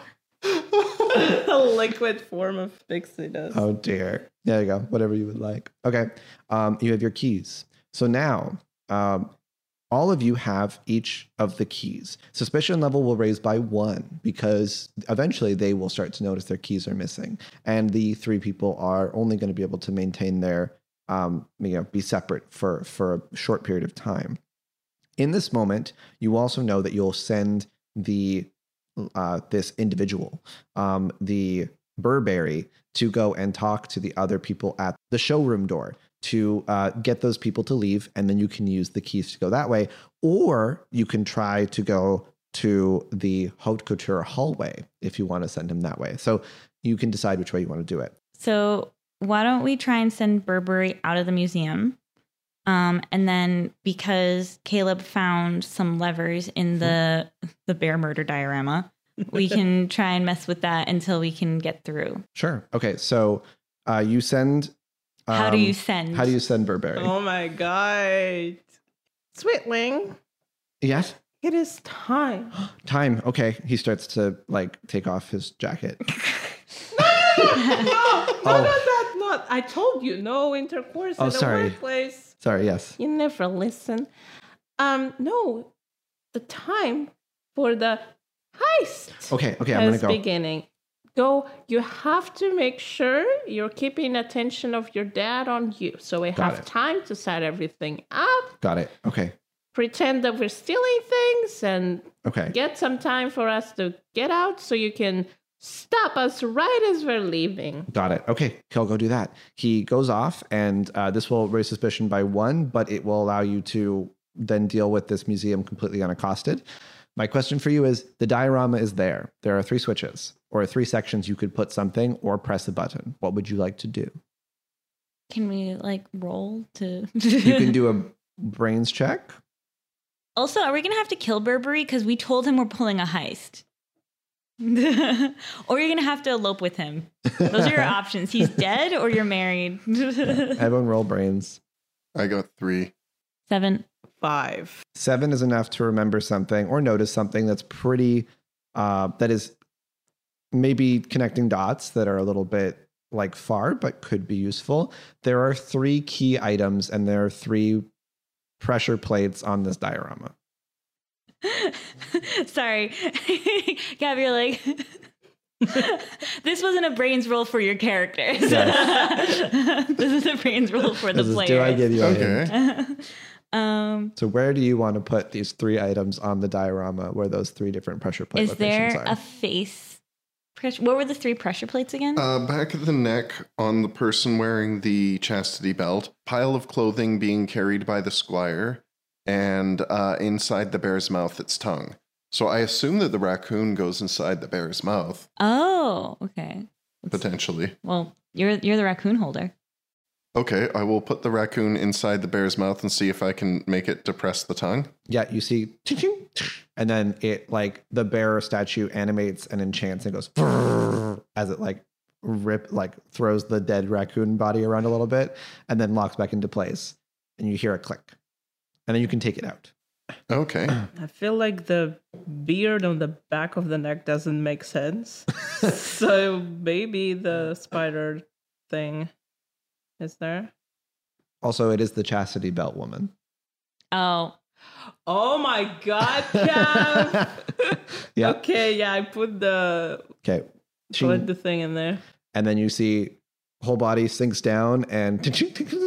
(laughs)
(laughs) the liquid form of pixie dust.
Oh dear. There you go. Whatever you would like. Okay. Um, you have your keys. So now, um, all of you have each of the keys. Suspicion level will raise by one because eventually they will start to notice their keys are missing, and the three people are only going to be able to maintain their, um, you know, be separate for for a short period of time. In this moment, you also know that you'll send the uh, this individual, um, the Burberry, to go and talk to the other people at the showroom door to uh, get those people to leave, and then you can use the keys to go that way, or you can try to go to the haute couture hallway if you want to send him that way. So you can decide which way you want to do it.
So why don't we try and send Burberry out of the museum? Um, and then because Caleb found some levers in the
Hmm.
the bear murder diorama, we
(laughs)
can try and mess with that until we can get through.
Sure. Okay. So uh, you send.
How do
um,
you send?
How do you send Burberry?
Oh my god. Sweetling,
Yes.
it is
(gasps)
time. (laughs)
Time. Okay. He starts to like take off his jacket.
no, no,
Oh.
no, that not. I told you no intercourse
Oh,
in the
sorry.
workplace.
Sorry. Yes.
You never listen. Um, no, the time for the heist
Okay. Okay. I'm gonna
is
go.
beginning. Go. You have to make sure you're keeping attention of your dad on you, so we
Got
have
it.
time to set everything up.
Got it. Okay.
Pretend that we're stealing things and
Okay.
get some time for us to get out so you can stop us right as we're leaving.
Got it. Okay, he'll go do that. He goes off, and uh, this will raise suspicion by one, but it will allow you to then deal with this museum completely unaccosted. My question for you is the diorama is there. There are three switches or three sections you could put something or press a button. What would you like to
(laughs)
do?
Can we like roll to?
You
(laughs)
can do a brains check.
Also, are we gonna have to kill Burberry because we told him we're pulling a heist? (laughs) or you're gonna have to elope with him. Those
(laughs)
are your options. He's dead, or you're married. (laughs)
Everyone roll brains.
I got three.
Seven.
Five.
Seven is enough to remember something or notice something that's pretty, uh, that is maybe connecting dots that are a little bit like far, but could be useful. There are three key items and there are three pressure plates on this diorama.
(laughs) Sorry, Gabby, you're like. (laughs) this wasn't a brains roll for your (laughs) characters. (laughs) this is a brains roll for the
This is-
players.
do I give you a hint?
(laughs) um,
So where do you want to put these three items on the diorama where those three different pressure plate
is
locations
there
are?
a face? Pressure, what were the three pressure plates again?
Uh, back of the neck on the person wearing the chastity belt, pile of clothing being carried by the squire, and uh, inside the bear's mouth, its tongue. So I assume that the raccoon goes inside the bear's mouth,
oh, okay.
potentially.
Well, you're you're the raccoon holder.
Okay, I will put the raccoon inside the bear's mouth and see if I can make it depress the tongue.
yeah, you see, ting-ting, and then it like the bear statue animates and enchants and goes (laughs) brrrr as it like rip like throws the dead raccoon body around a little bit and then locks back into place and you hear a click and then you can take it out.
Okay.
I feel like the beard on the back of the neck doesn't make (laughs) sense. so maybe the spider thing is there.
Also, it is the chastity belt woman.
Oh, (laughs)
Oh my god, Kev!
(laughs) yeah.
Okay, yeah, I put the
Okay.
put the thing in there.
and then you see whole body sinks down and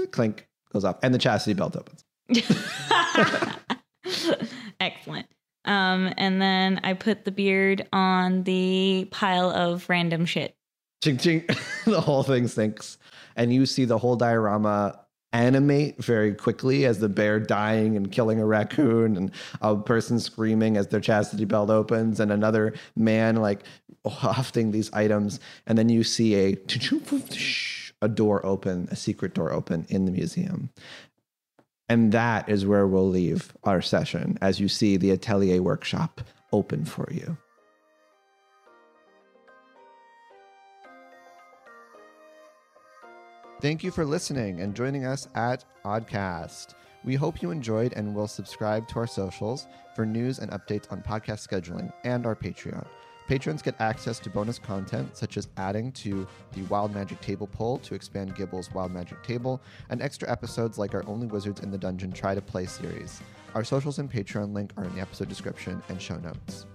(laughs) clink goes off and the chastity belt opens
Excellent. Um, and then I put the beard on the pile of random shit.
ching ching (laughs) the whole thing sinks and you see the whole diorama animate very quickly as the bear dying and killing a raccoon and a person screaming as their chastity belt opens and another man like wafting these items and then you see a (laughs) a door open a secret door open in the museum and that is where we'll leave our session as you see the atelier workshop open for you Thank you for listening and joining us at Oddcast. We hope you enjoyed and will subscribe to our socials for news and updates on podcast scheduling and our Patreon. Patrons get access to bonus content such as adding to the Wild Magic Table poll to expand Gibble's Wild Magic Table and extra episodes like our Only Wizards in the Dungeon Try to Play series. Our socials and Patreon link are in the episode description and show notes.